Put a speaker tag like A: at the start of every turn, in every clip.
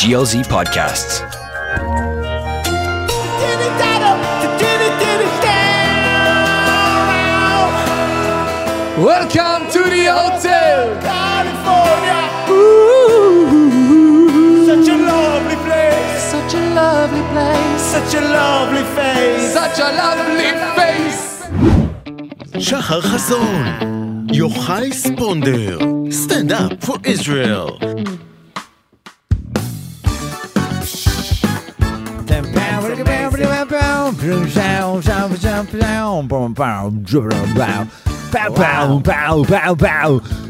A: GLZ Podcasts.
B: Welcome to the hotel.
C: Such a lovely place,
B: Such a lovely place.
C: such a lovely face.
B: Such a lovely face.
D: שחר חסון, יוחאי ספונדר, סטנדאפ פור ישראל.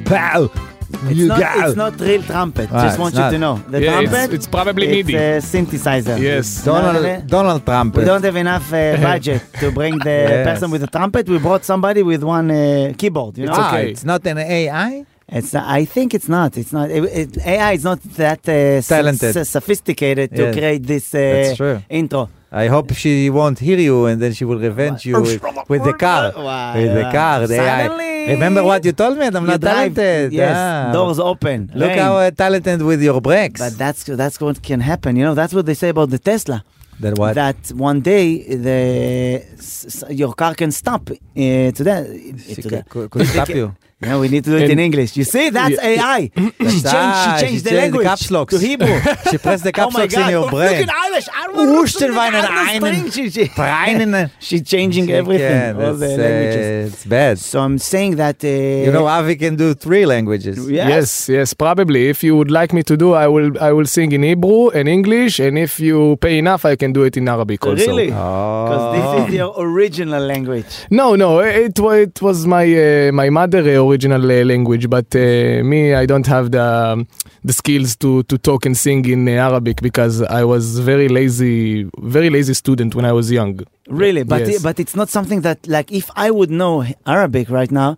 C: It's not, it's not real trumpet. Just
E: Ah, it's
C: want
E: not.
C: you to know. The
F: Yeah, it's-
C: trumpet.
F: it's probably
C: it's
F: MIDI.
C: a synthesizer.
F: Yes.
C: You know what I
E: Donald,
C: mean?
E: Donald Trump.
C: We don't have enough uh, budget to bring the
E: Yes.
C: person with the trumpet. We brought somebody with one uh, keyboard. You know,
E: ah,
F: okay.
E: it's not an AI?
C: it's. Not, I think it's not. It's not. It, it- AI is not that uh, so-
E: Talented.
C: so sophisticated to
E: Yes.
C: create this
E: That's
C: uh,
E: true.
C: intro.
E: I hope she won't hear you and then she will revenge you with, with the car.
C: Why?
E: With the car, the AI.
C: Suddenly-
E: Remember what you told me? I'm
C: You
E: not
C: drive-
E: talented.
C: Yes,
E: Ah.
C: doors open.
E: Look
C: rain.
E: how uh, talented with your brakes.
C: But that's that's what can happen. You know, that's what they say about the Tesla.
E: That what?
C: That one day the s- s- your car can stop uh, to that.
E: she
C: to that.
E: could, could stop you.
C: No, we need to do it in
F: And-
C: English. You see, that's AI. she changed, she
E: ah, she
C: changed the
E: changed the
C: language
E: caps locks.
C: to Hebrew.
E: She pressed the
C: oh
E: caps
C: my
E: locks
C: God!
E: in your brain.
C: Look at Irish. I don't know.
E: Urstenweinen einen.
C: She, she,
E: Breinen.
C: she's changing
E: She
C: everything.
E: can.
C: all the
E: It's, uh,
C: languages.
E: it's bad.
C: So I'm saying that. Uh,
E: You know, Avi can do three languages.
F: Yes, yes, probably. If you would like me to do, I will. I will sing in Hebrew and English, and if you pay enough, I can do it in Arabic also.
C: Really? Because
E: Oh.
C: this is your original language.
F: No, no. It wa- it was my uh, my mother uh, original uh, language, but uh, me I don't have the um, the skills to to talk and sing in uh, Arabic because I was very lazy, very lazy student when I was young.
C: Really, but
F: Yes.
C: but it's not something that like if I would know Arabic right now,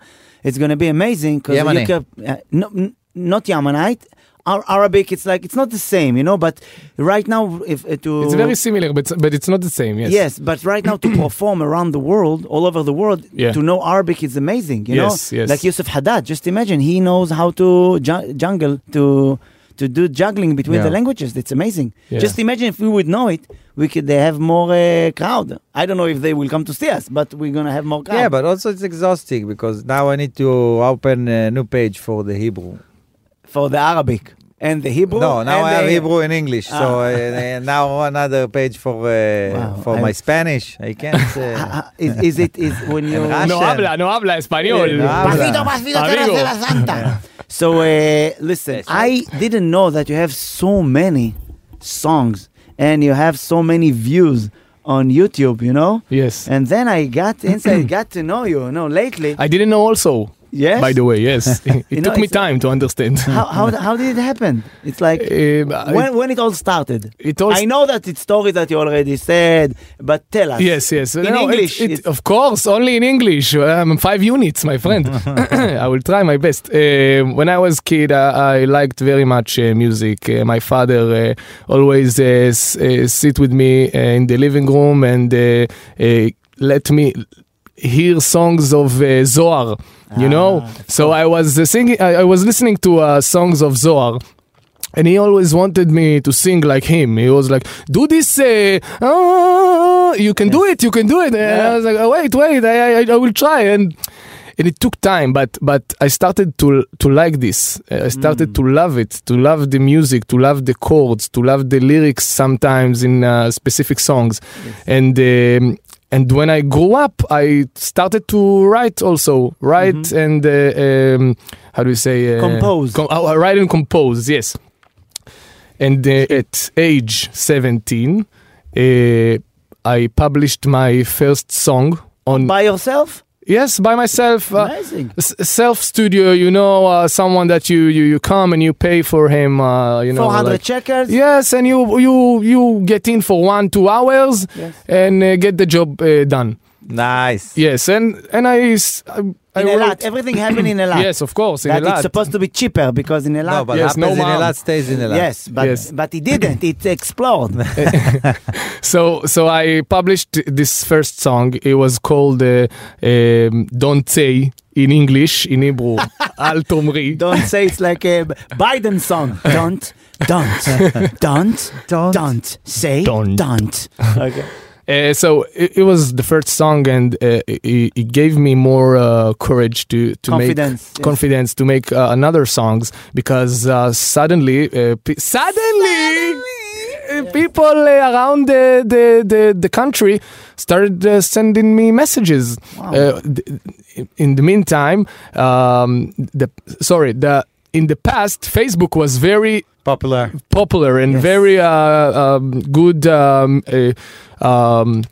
C: it's gonna be amazing because
E: Yemeni.
C: you can, uh, no, n- not Yemenite. Our Arabic, it's like it's not the same, you know. But right now, if uh, to
F: It's very similar, but but it's not the same. Yes.
C: yes, but right now to perform around the world, all over the world,
F: Yeah.
C: to know Arabic is amazing, you
F: Yes,
C: know.
F: yes.
C: Like Yusuf Haddad, just imagine he knows how to ju- jungle to to do juggling between the
E: Yeah.
C: languages. It's amazing.
F: Yeah.
C: Just imagine if we would know it, we could they have more uh, crowd. I don't know if they will come to see us, but we're gonna have more crowd.
E: Yeah, but also it's exhausting because now I need to open a new page for the Hebrew.
C: for the Arabic and the Hebrew.
E: No, now
C: and
E: I have
C: the-
E: Hebrew and English. So
C: Ah.
E: uh, uh, now another page for uh,
C: Wow,
E: for
C: I-
E: my Spanish. I can't. Uh,
C: Ah, ah, Is, is it is when you
E: Russian.
F: No habla, no habla español.
E: No habla.
C: Pasito, pasito, que
F: Amigo.
C: nace la santa. So uh, listen, I didn't know that you have so many songs and you have so many views on YouTube. You know,
F: Yes.
C: and then I got inside, got to know you. you know, lately,
F: I didn't know also.
C: yes.
F: By the way, yes. It
C: You know,
F: took me
C: it's-
F: time to understand.
C: how, how how did it happen? It's like.
F: Um,
C: when, when it all started,
F: It all
C: I know that it's story that you already said, but tell us.
F: Yes, yes.
C: In
F: No, it-
C: English,
F: it-
C: it's-
F: of course, only in English. Um, five units, my friend. I will try my best. Um when I was kid, I, I liked very much uh, music. Uh, my father uh, always uh, s- uh, sit with me uh, in the living room and uh, uh, let me hear songs of uh, Zohar. You know, so I was uh, singing. I, I was listening to uh, songs of Zohar and he always wanted me to sing like him. He was like, "Do this, uh, ah, you can do it, you can do it." And I was like, oh, "Wait, wait, I, I, I will try." And and it took time, but but I started to to like this. I started
C: Mm.
F: to love it, to love the music, to love the chords, to love the lyrics. Sometimes in uh, specific songs, and. Um, and when I grew up, I started to write also, write and uh, um, how do you say uh,
C: Mm-hmm. Compose.
F: com- oh, I write and compose, yes and uh, at age 17 uh, i published my first song on
C: by yourself.
F: yes by myself uh,
C: Amazing.
F: s- self studio you know uh, someone that you, you you come and you pay for him uh, you know
C: Four hundred
F: like-
C: checkers.
F: yes and you you you get in for one two hours
C: Yes.
F: and uh, get the job uh, done
E: nice.
F: yes and and i s- I- I
C: in Elat.
F: wrote-
C: Everything happened in Elat.
F: yes of course in
C: that
F: Elat.
C: it's supposed to be cheaper because in Elat.
E: No, but
F: Yes, no
E: happens in
F: mom.
E: Elat stays in Elat.
C: yes, but
F: Yes.
C: but it didn't. It explored.
F: So, so I published this first song. It was called uh, um, "Don't Say." in English, in Hebrew, אל תאמרי.
C: Don't say it's like a Biden song. Don't, don't, don't,
E: Don't.
C: don't say,
F: Don't.
C: don't. Okay.
F: Uh, so it, it was the first song, and uh, it, it gave me more uh, courage to to
C: Confidence,
F: make
C: yes.
F: confidence to make uh, another songs because uh, suddenly, uh, pe- suddenly. uh, People uh, around the, the, the, the country started uh, sending me messages. Uh, th- in the meantime, um, the sorry, the in the past, Facebook was very
E: Popular.
F: popular and
C: Yes.
F: very uh, um, good um, uh, um,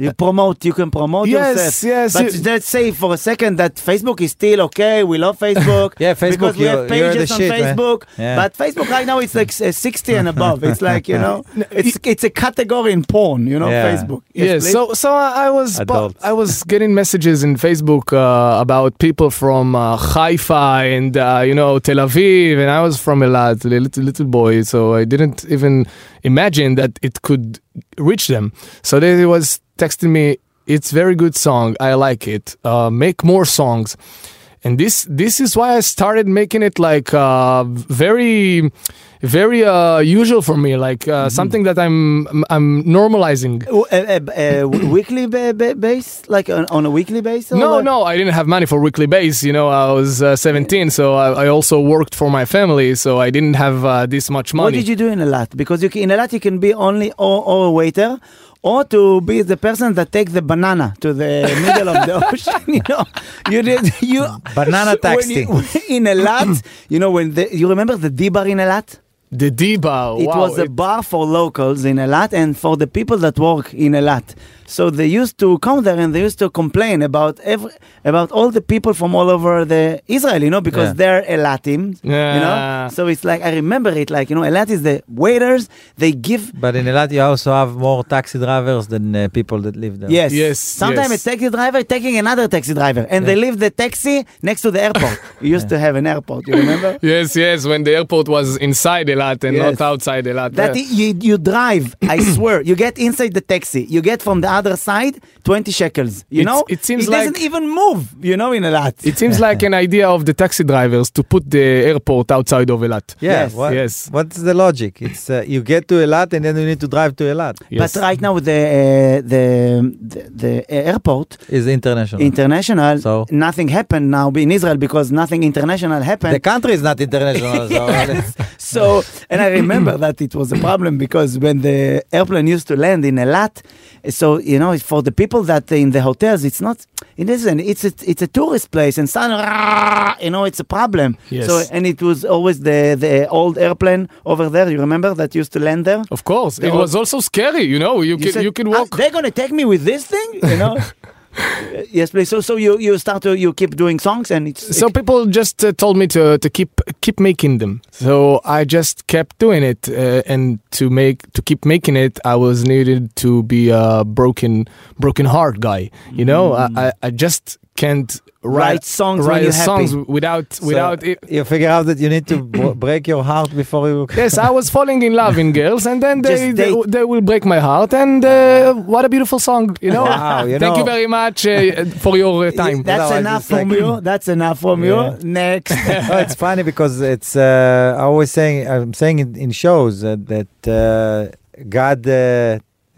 C: You promote, you can promote
F: Yes,
C: yourself.
F: yes,
C: But
F: you-
C: let's say for a second that Facebook is still okay. We love Facebook.
E: Yeah, Facebook,
C: Because we have
E: you're- you're the
C: pages on
E: shit, man.
C: Facebook.
E: Yeah.
C: But Facebook right now it's like s- 60 and above. It's like, you know, it's it's a category in porn, you know,
E: Yeah.
C: Facebook.
F: yeah
C: please.
F: so so i I was bu-
E: Adults.
F: i was getting messages in facebook uh, about people from uh, haifa and uh, you know tel aviv and i was from Elat, a little, little boy so i didn't even imagine that it could reach them so they was texting me it's very good song i like it uh, make more songs and this this is why I started making it like uh, very very uh, usual for me, like uh, something that I'm I'm normalizing.
C: W- uh, a, a, a weekly ba- ba- base, like on, on a weekly basis.
F: No, no, I didn't have money for weekly base. You know, I was uh, 17, so I, I also worked for my family, so I didn't have uh, this much
C: What
F: money.
C: did you do in a lot? Because you can, in a lot you can be only or, or a waiter, or to be the person that takes the banana to the middle of the ocean. You know, you did you
E: Banana
C: when you- in a lot. You know when the, you remember the D bar in a lot.
F: the Diba,
C: It
F: wow,
C: was a bar for locals in a lot and for the people that work in a lot. So they used to come there and they used to complain about every about all the people from all over the Israel, you know, because
E: Yeah.
C: they're Elatim, you
F: Yeah.
C: know. So it's like I remember it, like you know, Elat is the waiters. They give
E: But in Elat, you also have more taxi drivers than uh, people that live there.
C: yes,
F: Yes,
C: Sometimes
F: yes.
C: a taxi driver taking another taxi driver, and they leave the taxi next to the airport. you used to have an airport, you remember?
F: yes, yes, when the airport was inside Elat and
C: Yes.
F: not outside Elat.
C: That
F: yeah.
C: i- you, you drive, I swear, you get inside the taxi, you get from the other side 20 shekels. You
F: It's-
C: know,
F: it seems
C: it doesn't
F: like-
C: even move. You know, in a lot.
F: it seems like an idea of the taxi drivers to put the airport outside of Elat.
E: Yeah,
C: Yes,
E: what-
F: yes.
E: What's the logic? It's uh, you get to Elat and then you need to drive to Elat.
F: Yes.
C: But right now the uh, the the, the airport
E: Is international.
C: international,
E: So?
C: nothing happened now in Israel because nothing international happened.
E: the country is not international. so
C: So, and I remember that it was a problem because when the airplane used to land in Elat, so you know, for the people that in the hotels, it's not, it isn't, it's a, it's a tourist place, and suddenly, you know, it's a problem.
F: Yes.
C: So, and it was always the the old airplane over there. You remember that used to land there.
F: Of course,
C: They
F: it
C: all-
F: was also scary. You know, you, can
C: said,
F: you can
C: "Ah,
F: walk.
C: they're gonna take me with this thing, you know. Uh, yes, please. So, so you you start to you keep doing songs, and it's
F: so people just uh, told me to to keep keep making them. So I just kept doing it, uh, and to make to keep making it, I was needed to be a broken broken heart guy. You know, I, I I just can't
C: Write
F: write
C: songs when
F: write
C: you're
F: songs
C: happy.
F: without without it.
E: you figure out that you need to br- break your heart before you.
F: Yes, I was falling in love in girls, and then they
C: Just
F: they,
C: date.
F: they will break my heart. And uh, what a beautiful song, you know.
E: Wow, you
F: Thank you
E: know.
F: very much uh, for your uh, time.
C: That's
E: Otherwise
C: enough
E: it's
C: from
E: like-
C: you. That's enough from you. Next.
E: no, it's funny because it's uh, I always saying I'm saying in, in shows uh, that uh, God uh,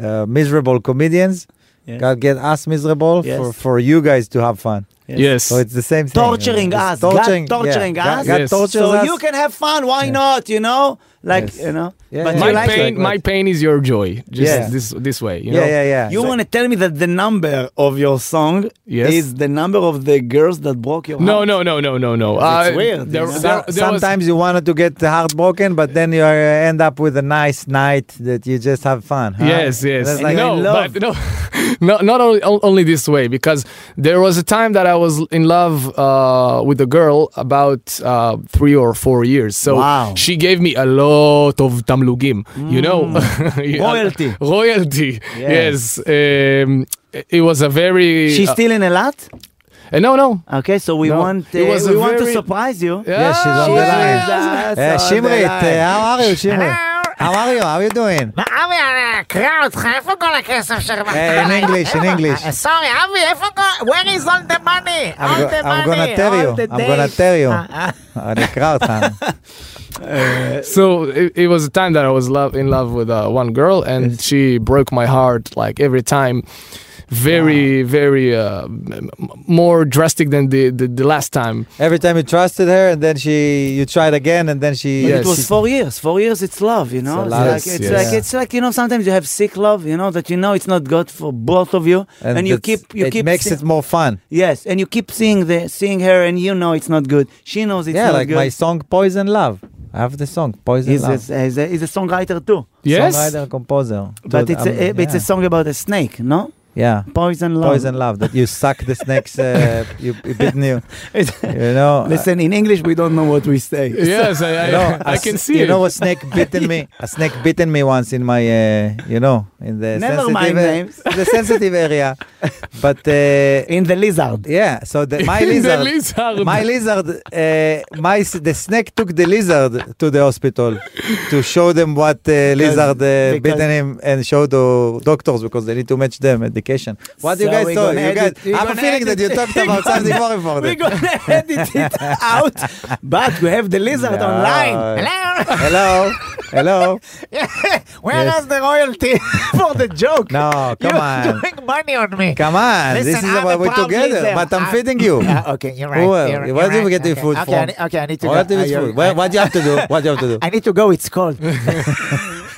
E: uh, miserable comedians.
C: Yes.
E: God get us miserable
C: Yes.
E: for, for you guys to have fun.
F: yes.
E: So it's the same thing.
C: torturing
E: It's
C: us,
E: torturing-
C: God torturing
E: yeah, God-
C: us,
E: God
F: Yes.
E: tortures
C: so
E: us.
C: you can have fun. Why not? You know, like
E: Yes.
C: you know.
E: Yeah,
C: but
E: yeah,
C: you
F: my
E: yeah.
C: like
E: Like-
F: pain,
E: like-
F: my pain is your joy. Just
E: Yeah.
F: this this way. You
E: yeah,
F: know?
E: yeah, yeah.
C: you want to tell me that the number of your song
F: Yes.
C: is the number of the girls that broke your
F: No,
C: heart?
F: no, no, no, no, no.
C: It's weird, you
F: There,
C: know?
E: So-
F: there, there was-
E: sometimes you wanted to get the heartbroken, but then you uh, end up with a nice night that you just have fun. Huh?
F: Yes, yes.
E: That's like- uh,
F: no,
C: in love.
F: but no, no, not only, only this way, because there was a time that I was in love uh, with a girl about uh, three or four years. So
C: Wow.
F: she gave me a lot of tamlugim, you know.
E: Mm.
F: Yeah.
C: Royalty.
F: Royalty,
C: Yeah.
F: yes. Um, it was a very.
C: She's still in a lot.
F: uh, no, no.
C: Okay, so we
F: No.
C: want uh,
F: It was
C: we
F: a
C: want to
F: very-
C: surprise you.
F: Ah,
E: she's on the
C: She's
E: line.
C: us
E: Uh,
C: on the
E: Shimrit,
C: line.
E: uh, how are you, Shimrit? How are you? How are you doing? Uh,
A: אבי, אני אקרא אותך, איפה כל הכסף שלך?
E: Hey, in English, in English.
A: סורי, אבי, איפה כל... Where is all the money?
E: I'm,
A: All
E: go-
A: the
E: I'm
A: money,
E: gonna tell
A: all
E: you.
A: the
E: I'm gonna
A: days.
E: tell you.
A: אה,
C: Uh-huh.
E: אני אקרא אותך.
F: so it, it was a time that I was love in love with uh, one girl, and she broke my heart like every time. Very, very uh, m- m- more drastic than the, the, the last time.
E: Every time you trusted her, and then she, you tried again, and then she.
C: But
F: Yes.
C: it was four years. Four years, it's love, you know.
E: It's
C: It's,
E: a lot. Yes,
C: like it's
E: yes.
C: like it's like you know. Sometimes you have sick love, you know, that you know it's not good for both of you, and, you
E: that's-
C: keep you
E: it
C: keep
E: makes
C: see-
E: it more fun.
C: yes, and you keep seeing the seeing her, and you know it's not good. She knows it's
E: yeah,
C: not
E: like
C: good.
E: my song "Poison Love." I have the song "Poison
C: he's, a,
E: Love."
C: he's, a, he's a songwriter too,
F: Yes,
E: songwriter composer.
C: but
E: Dude,
C: it's a,
E: I'm-
C: it's a song about a snake, no?
E: yeah. yeah.
C: Poison love.
E: um, Poison love that you suck the snakes, uh, you, you bitten you. You know, uh,
C: Listen, in English we don't know what we say.
F: yes, I, I,
E: you know,
F: I
E: a
F: can
E: s-
F: see
E: You
F: it.
E: know, a snake bitten me. A snake bitten me once in my, uh, you know, in the
C: Never
E: sensitive,
C: mind
E: uh,
C: names.
E: the sensitive area. But uh,
C: In the lizard.
E: yeah, so the, my
F: In the
E: lizard,
F: lizard.
E: my lizard, uh, my s- the snake took the lizard to the hospital to show them what uh, lizard uh,
C: because-
E: bitten him and show the doctors because they need to match them medication. What do you
C: So
E: guys
C: we're
E: thought?
C: gonna
E: You guys,
C: edit- we're
E: I have a
C: gonna
E: feeling that you
C: edit-
E: talked about something more important.
C: We're gonna edit it out, but we have the lizard
E: Yeah.
C: online.
A: Hello?
E: Hello, hello.
A: Where
E: Yes.
A: is the royalty for the joke?
E: No, come on.
A: You're doing money on me.
E: Come on,
A: Listen,
E: this is
A: I'm
E: what
A: a
E: we're
A: proud
E: together.
A: loser.
E: But I'm
A: I-
E: feeding you.
A: Uh, okay, you're right.
E: Who else?
A: you're-
E: Where
A: you're
E: Oh, do we get
A: right.
E: the
A: okay.
E: food
A: okay,
E: from?
A: I, ne- okay, I need to
E: What
A: go.
E: do
A: Uh,
E: you
A: you're-
E: do? What,
A: I-
E: what do you have to do? What do you have to do?
A: I need to go. It's cold.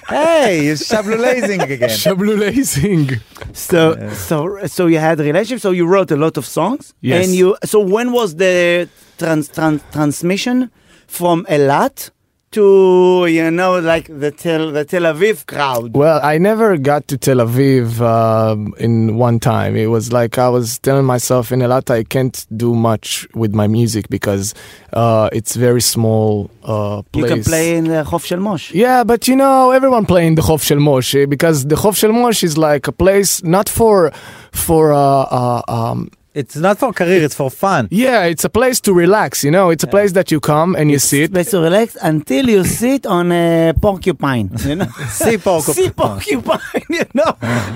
E: hey, you're shablulazing again.
F: Shablulazing.
C: So so so you had relationships. So you wrote a lot of songs.
F: Yes.
C: And you so when was the trans, trans transmission from Elat to you know like the Tel the Tel Aviv crowd?
F: Well, I never got to Tel Aviv um, in one time. It was like I was telling myself in Elat I can't do much with my music because uh, it's very small uh, place.
C: You can play in the Hof Shel Mosh.
F: Yeah, but you know, everyone playing the Chof Shel Mosh eh, because the Chof Shel Mosh is like a place not for for uh, uh, um,
E: It's not for career, it's for fun.
F: yeah, it's a place to relax. You know, it's a place that you come and you sit.
C: Best to relax until you sit on a porcupine. You know.
E: See, Porco.
C: See porcupine, you know.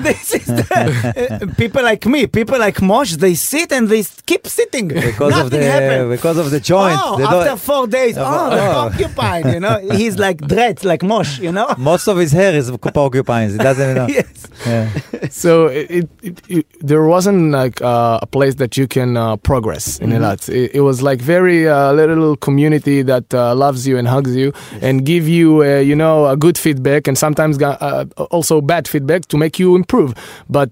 C: this is the, uh, people like me, people like Mosh. They sit and they s- keep sitting
E: Because
C: Nothing
E: of the
C: happened.
E: because of the joint.
C: Oh,
E: the do-
C: after four days, oh,
E: oh.
C: the porcupine, you know, he's like dreads, like mosh, you know.
E: most of his hair is porcupines. He doesn't know.
C: yes.
E: Yeah.
F: so it, it, it, it- there wasn't like uh, a place that you can uh, progress in Elat. It, it was like very uh, little community that uh, loves you and hugs you and give you uh, you know a good feedback and sometimes ga- uh, also bad feedback to make you improve. But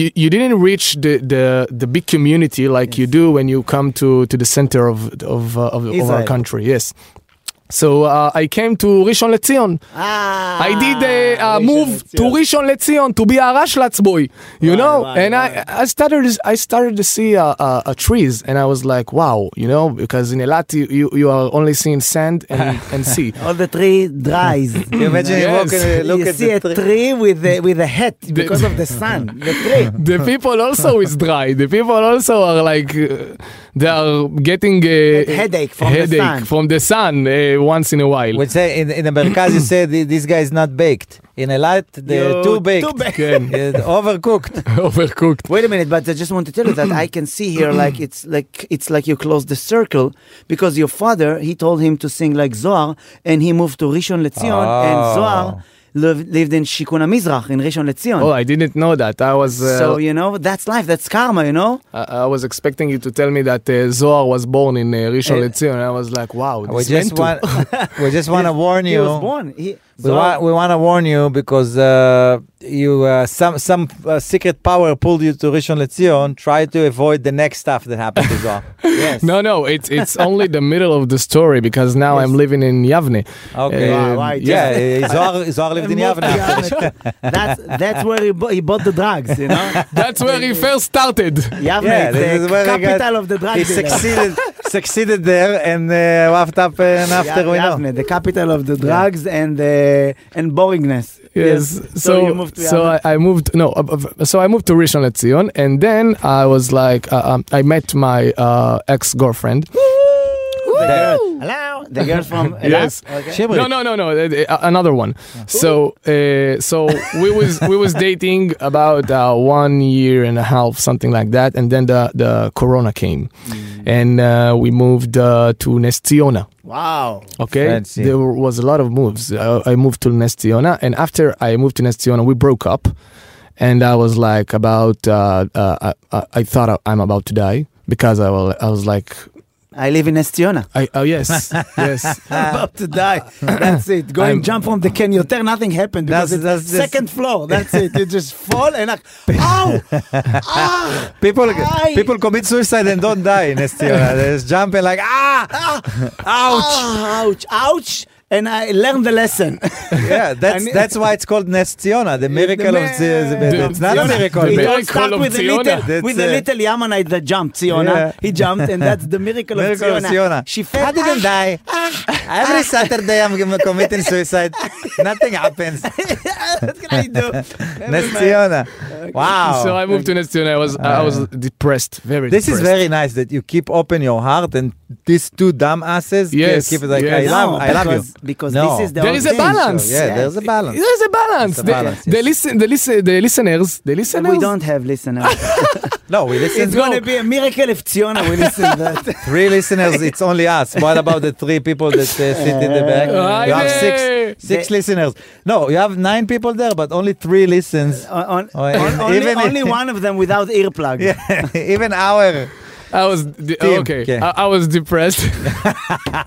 F: you, you didn't reach the, the, the big community like you do when you come to, to the center of of, uh, of, of our
C: Israel.
F: country. Yes. So uh, I came to Rishon LeZion.
C: Ah,
F: I did a, a move to Rishon LeZion to be a Rashlatz boy, you know.
C: wow,
F: and I, I started, I started to see uh, uh, uh, trees, and I was like, wow, you know, because in Elat you, you, you are only seeing sand and, and sea.
C: All the tree dries.
E: You imagine you walk
F: Yes.
E: and you look
C: you
E: at
C: see
E: the
C: a
E: tree.
C: tree, with a, with a hat because of the sun. The tree.
F: The people also is dry. The people also are like uh, they are getting a
C: Headache from the
F: headache
C: sun.
F: from the sun uh, once in a while.
E: We say in in the Merkaz you say th- this guy is not baked. In a light, they're
C: You-
E: too baked.
C: too baked.
F: Again,
E: It's overcooked.
F: overcooked.
C: Wait a minute, but I just want to tell you that I can see here like it's like it's like you close the circle because your father he told him to sing like Zohar and he moved to Rishon LeZion
E: Oh.
C: and Zohar lived, lived in Shikun HaMizrach in Rishon LeZion.
F: Oh, I didn't know that. I was uh,
C: so you know that's life, that's karma, you know.
F: I, I was expecting you to tell me that uh, Zohar was born in uh, Rishon LeZion, and I was like, wow,
E: We
F: this
E: just
F: meant to.
E: want we just want to warn
C: He
E: you.
C: was born. He,
E: We
C: Zohar-
E: want, we want to warn you because uh, you uh, some some uh, secret power pulled you to Rishon LeZion. Try to avoid the next stuff that happened to Zohar. yes.
F: No, no, it's it's only the middle of the story because now I'm living in Yavne.
E: Okay.
F: Um,
C: Wow, right.
E: yeah. eh, Zohar, Zohar lived in Yavne. after the-
C: that's that's where he, bu- he bought the drugs, you know.
F: That's where he first started.
C: Yavne
E: Yeah, this
C: is
E: is
C: the
E: where I
C: capital
E: got-
C: of the drug
E: He
C: dealers.
E: succeeded succeeded there and uh, wrapped up uh, and after
C: Yav-
E: we know.
C: Yavne, the capital of the drugs and uh, and boringness.
F: Yes. So so,
C: you moved to
F: I,
C: Yavne.
F: I moved no. uh, uh, So I moved to Rishon LeZion, and then I was like, uh, um, I met my uh, ex girlfriend.
C: girl,
A: Hello.
C: the girl from Elat?
F: Yes.
C: Okay.
E: Shibri.
F: No, no, no, no. uh, uh, Another one. So, uh, so we was we was dating about uh, one year and a half, something like that, and then the the corona came, and uh, we moved uh, to Nestiona.
C: Wow.
F: Okay,
E: Fancy.
F: there was a lot of moves. I, I moved to Nestiona, and after I moved to Nestiona, we broke up, and I was like about. Uh, uh, I- I, I thought I- I'm about to die because I was I was like,
C: I live in Estiona.
F: I, oh yes, yes.
E: Ah.
C: about to die. That's it. Go
F: I'm-
C: and jump from the canyon. There, nothing happened because
E: That's-
C: it's
E: that's just-
C: second floor. That's it. You just fall and like, ow, ah,
E: People,
C: I-
E: people commit suicide and don't die in Estiona. they just jump and like ah, ouch.
C: ah, ouch, ouch. And I learned the lesson.
E: yeah, that's
C: And-
E: that's why it's called Nestiona, the miracle of
C: The
E: the,
C: man-
E: the- It's not a
F: Ziona.
E: miracle.
F: The
C: It
E: but
C: all
F: miracle
C: starts
F: of
C: with a
F: Ziona.
C: little,
E: That's
C: with a
E: it.
C: little Yamanite that jumped. Ziona,
E: Yeah.
C: he jumped, and that's the miracle,
E: Miracle
C: of
E: of Ziona.
C: Ziona. She fell.
E: I didn't
C: ah,
E: die. eh.
F: Ah.
E: Every Saturday I'm g- committing suicide. Nothing happens.
C: what can I do?
E: Nestiona. Wow.
F: So I moved to Nestiona. I was I was depressed, very.
E: Oh, Uh, This is
F: depressed.
E: very nice that you keep open your heart and these two dumb asses keep-
F: Yes,
E: keep it like
F: yes.
E: I love I love you.
C: because, Because
E: No.
C: this is the
F: There
C: whole
F: is a
C: thing.
F: balance.
E: Yeah, there's a balance.
F: There's a balance.
E: It's a
F: the,
E: balance,
F: the
E: yes.
F: listen, the listen, the listeners, the listeners.
C: We don't have listeners.
E: No, we listen
C: it's going to be a miracle if Ziona will listen to that.
E: three listeners. It's only us. What about the three people that uh, sit in the back?
F: Ah,
E: You have
F: Haydi!
E: six six
C: They-
E: listeners. No, you have nine people there, but only three listens.
C: on, on,
E: Oh, yeah.
C: on- only,
E: Even if-
C: only one of them without earplug.
E: Yeah, even our
F: I was de-
E: Team,
F: okay.
E: okay.
F: I, I was depressed.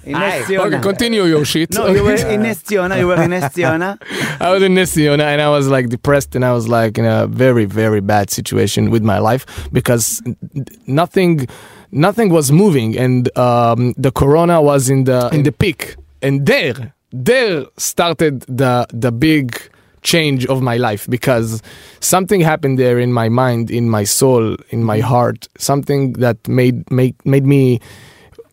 C: In Ness
F: okay,
C: Ziona.
F: continue your shit. Uh,
C: no, you were in Estiona. You were in Estiona.
F: I was in Nestiona and I was like depressed and I was like in a very very bad situation with my life because n- n- nothing nothing was moving and um, the corona was in the in the peak and there there started the the big change of my life because something happened there in my mind in my soul in my heart something that made make made me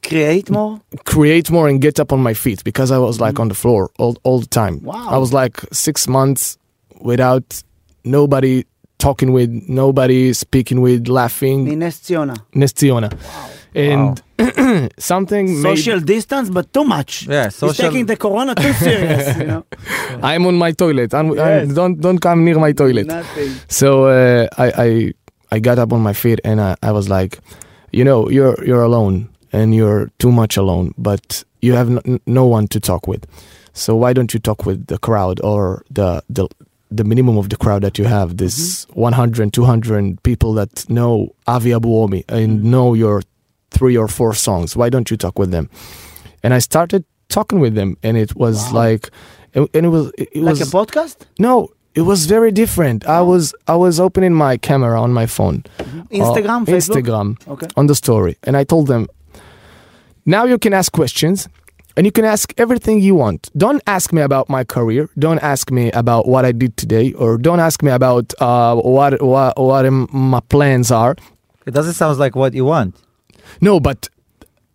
C: Create more.
F: create more and get up on my feet because I was like on the floor all, all the time.
C: Mm-hmm. Wow.
F: I was like six months without nobody talking with, nobody speaking with, laughing.
C: In Estiona.
F: Nestiona. And something made-
C: Social distance, but too much.
E: Yeah,
C: He's
E: social-
C: taking the corona too serious. you know?
F: I'm on my toilet. I'm,
C: Yes.
F: I'm, don't don't come near my toilet.
C: Nothing.
F: So uh, I, I I got up on my feet and I, I was like, you know, you're you're alone and you're too much alone, but you have n- no one to talk with. So why don't you talk with the crowd or the the the minimum of the crowd that you have this
C: Mm-hmm.
F: 100 200 people that know Avi Abuomi and
C: Mm-hmm.
F: know your three or four songs why don't you talk with them and i started talking with them and it was like and and it was it it
C: Like
F: was
C: a podcast?
F: no, it was very different. I was I was opening my camera on my phone,
C: Instagram,
F: Uh,
C: Facebook?
F: Instagram,
C: Okay.
F: on the story, and I told them, now you can ask questions, and you can ask everything you want. Don't ask me about my career. Don't ask me about what I did today, or don't ask me about uh, what what what am- my plans are.
E: It doesn't sound like what you want.
F: No, but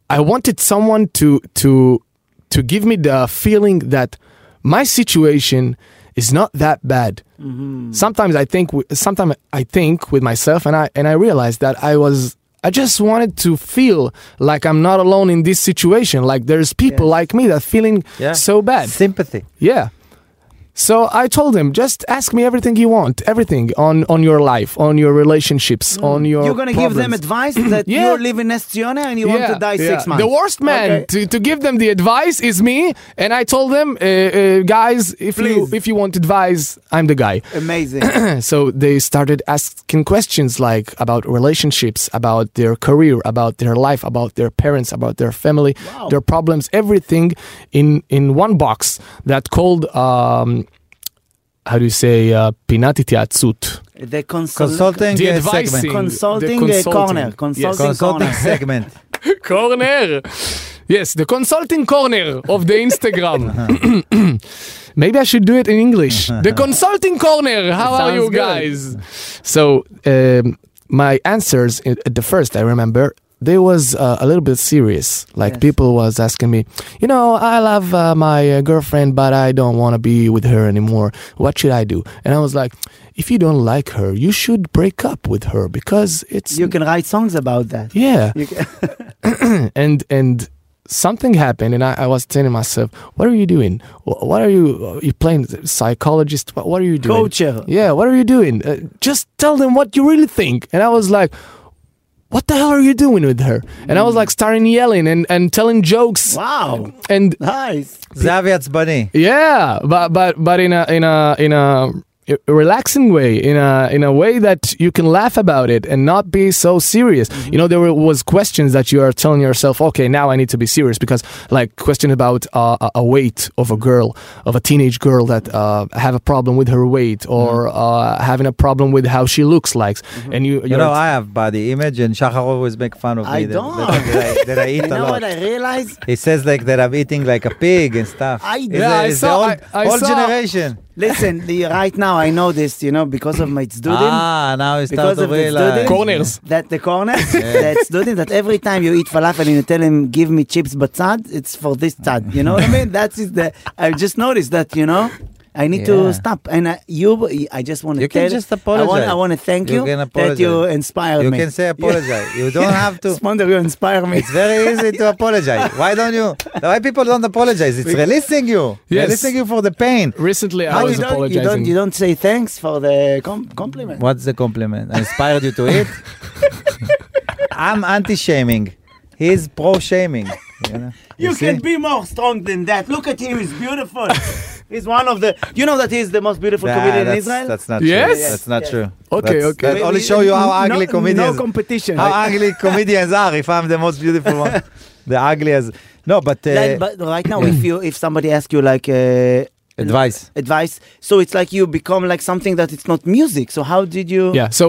F: I wanted someone to to to give me the feeling that my situation is not that bad.
C: Mm-hmm.
F: Sometimes I think wi- sometimes I think with myself and I and I realized that I was I just wanted to feel like I'm not alone in this situation. Like there's people like me that feeling
E: Yeah.
F: so bad.
E: Sympathy.
F: Yeah. So I told him, just ask me everything you want, everything on on your life, on your relationships, on your.
C: Mm. You're going to give them
F: problems."
C: advice that you
F: Yeah.
C: live in Estiona and you want to die six
F: yeah.
C: months.
F: The worst man
C: Okay.
F: to, to give them the advice is me, and I told them, uh, uh, guys, if you
C: Please.
F: if you want advice, I'm the guy.
C: Amazing.
F: so they started asking questions like about relationships, about their career, about their life, about their parents, about their family, their problems, everything in in one box that called. Um, how do you say uh, pinati tiatsut?
C: the consult-
E: Consulting
F: The
E: uh,
F: advising.
E: segment.
C: Consulting,
F: The
C: uh, corner.
F: consulting. Yes.
C: Consulting
E: Consulting
C: corner.
E: segment.
F: corner. Yes, the consulting corner of the Instagram. Maybe I should do it in English. The consulting corner. How are
E: Sounds
F: you
E: good.
F: guys? So um, my answers i- at the first, I remember. They was uh, a little bit serious. Like
C: Yes.
F: people was asking me, you know, I love uh, my uh, girlfriend, but I don't want to be with her anymore. What should I do? And I was like, if you don't like her, you should break up with her because it's
C: You can write songs about that.
F: yeah
C: You can-
F: and and something happened, and I, I was telling myself, "What are you doing? Wh- What are you? uh, You playing psychologist? What, what are you doing?
C: Coacher.
F: Yeah, what are you doing? Uh, just tell them what you really think." And I was like. What the hell are you doing with her? And I was like starting yelling and, and telling jokes
C: Wow.
F: and
C: Nice.
E: זהבי עצבני.
F: yeah, but but but in a in a in a relaxing way in a in a way that you can laugh about it and not be so serious
C: Mm-hmm.
F: you know there were, was questions that you are telling yourself okay now i need to be serious because like question about uh, a- a weight of a girl of a teenage girl that uh, have a problem with her weight or
C: Mm-hmm.
F: uh, having a problem with how she looks like and you
E: You
F: you're
E: know, I have body image and Shahar always make fun of me.
C: I
E: that-
C: don't.
E: That, that I, that I eat a
C: You know what
E: lot.
C: I realized?
E: He says like that I'm eating like a pig and stuff.
C: I-
E: It's
C: Yeah,
E: the-
F: I
E: it's the
F: saw-
E: old,
F: I- I
E: old
F: saw-
E: generation.
C: Listen, the- right now I know this, you know, because of my student.
E: Ah, now you start
C: Because
E: to
C: of the
E: realize.
C: student.
F: corners
C: That the corner, that student, that every time you eat falafel and you tell him, give me chips batzad, it's for this tzad. You know what I mean? That is the, I just noticed that, you know, I need
E: Yeah.
C: to stop. And I, you, I just want to
E: You can
C: tell,
E: just
C: I want,
E: apologize.
C: I want to thank
E: You
C: you,
E: can
C: that you
E: apologize.
C: inspired
E: You
C: me.
E: can say apologize. You don't have to.
C: Sponder, you inspire me.
E: It's very easy to apologize. Why don't you? Why people don't apologize? It's releasing you.
F: Yes.
E: Releasing you for the pain.
F: recently i
C: No,
F: was
C: you, don't, you,
F: apologizing
C: don't, you don't say thanks for the com- compliment.
E: What's the compliment? I inspired you to it. I'm anti-shaming. He's pro-shaming. You, know?
C: You,
E: see?
C: can be more strong than that. Look at him; he's beautiful. he's one of the. You know that he's the most beautiful
E: Nah,
C: comedian in
E: that's,
C: Israel.
E: That's not
F: Yes?
E: true. That's not
C: Yes.
E: true.
F: Okay,
E: That's-
F: okay.
E: That only show you how ugly
C: no,
E: comedians.
C: No competition.
E: how ugly comedians are. If I'm the most beautiful one, the ugliest. No, but, uh,
C: Like, but right now, if you if somebody asks you like uh,
E: advice.
C: advice, so it's like you become like something that it's not music. So how did you?
F: yeah so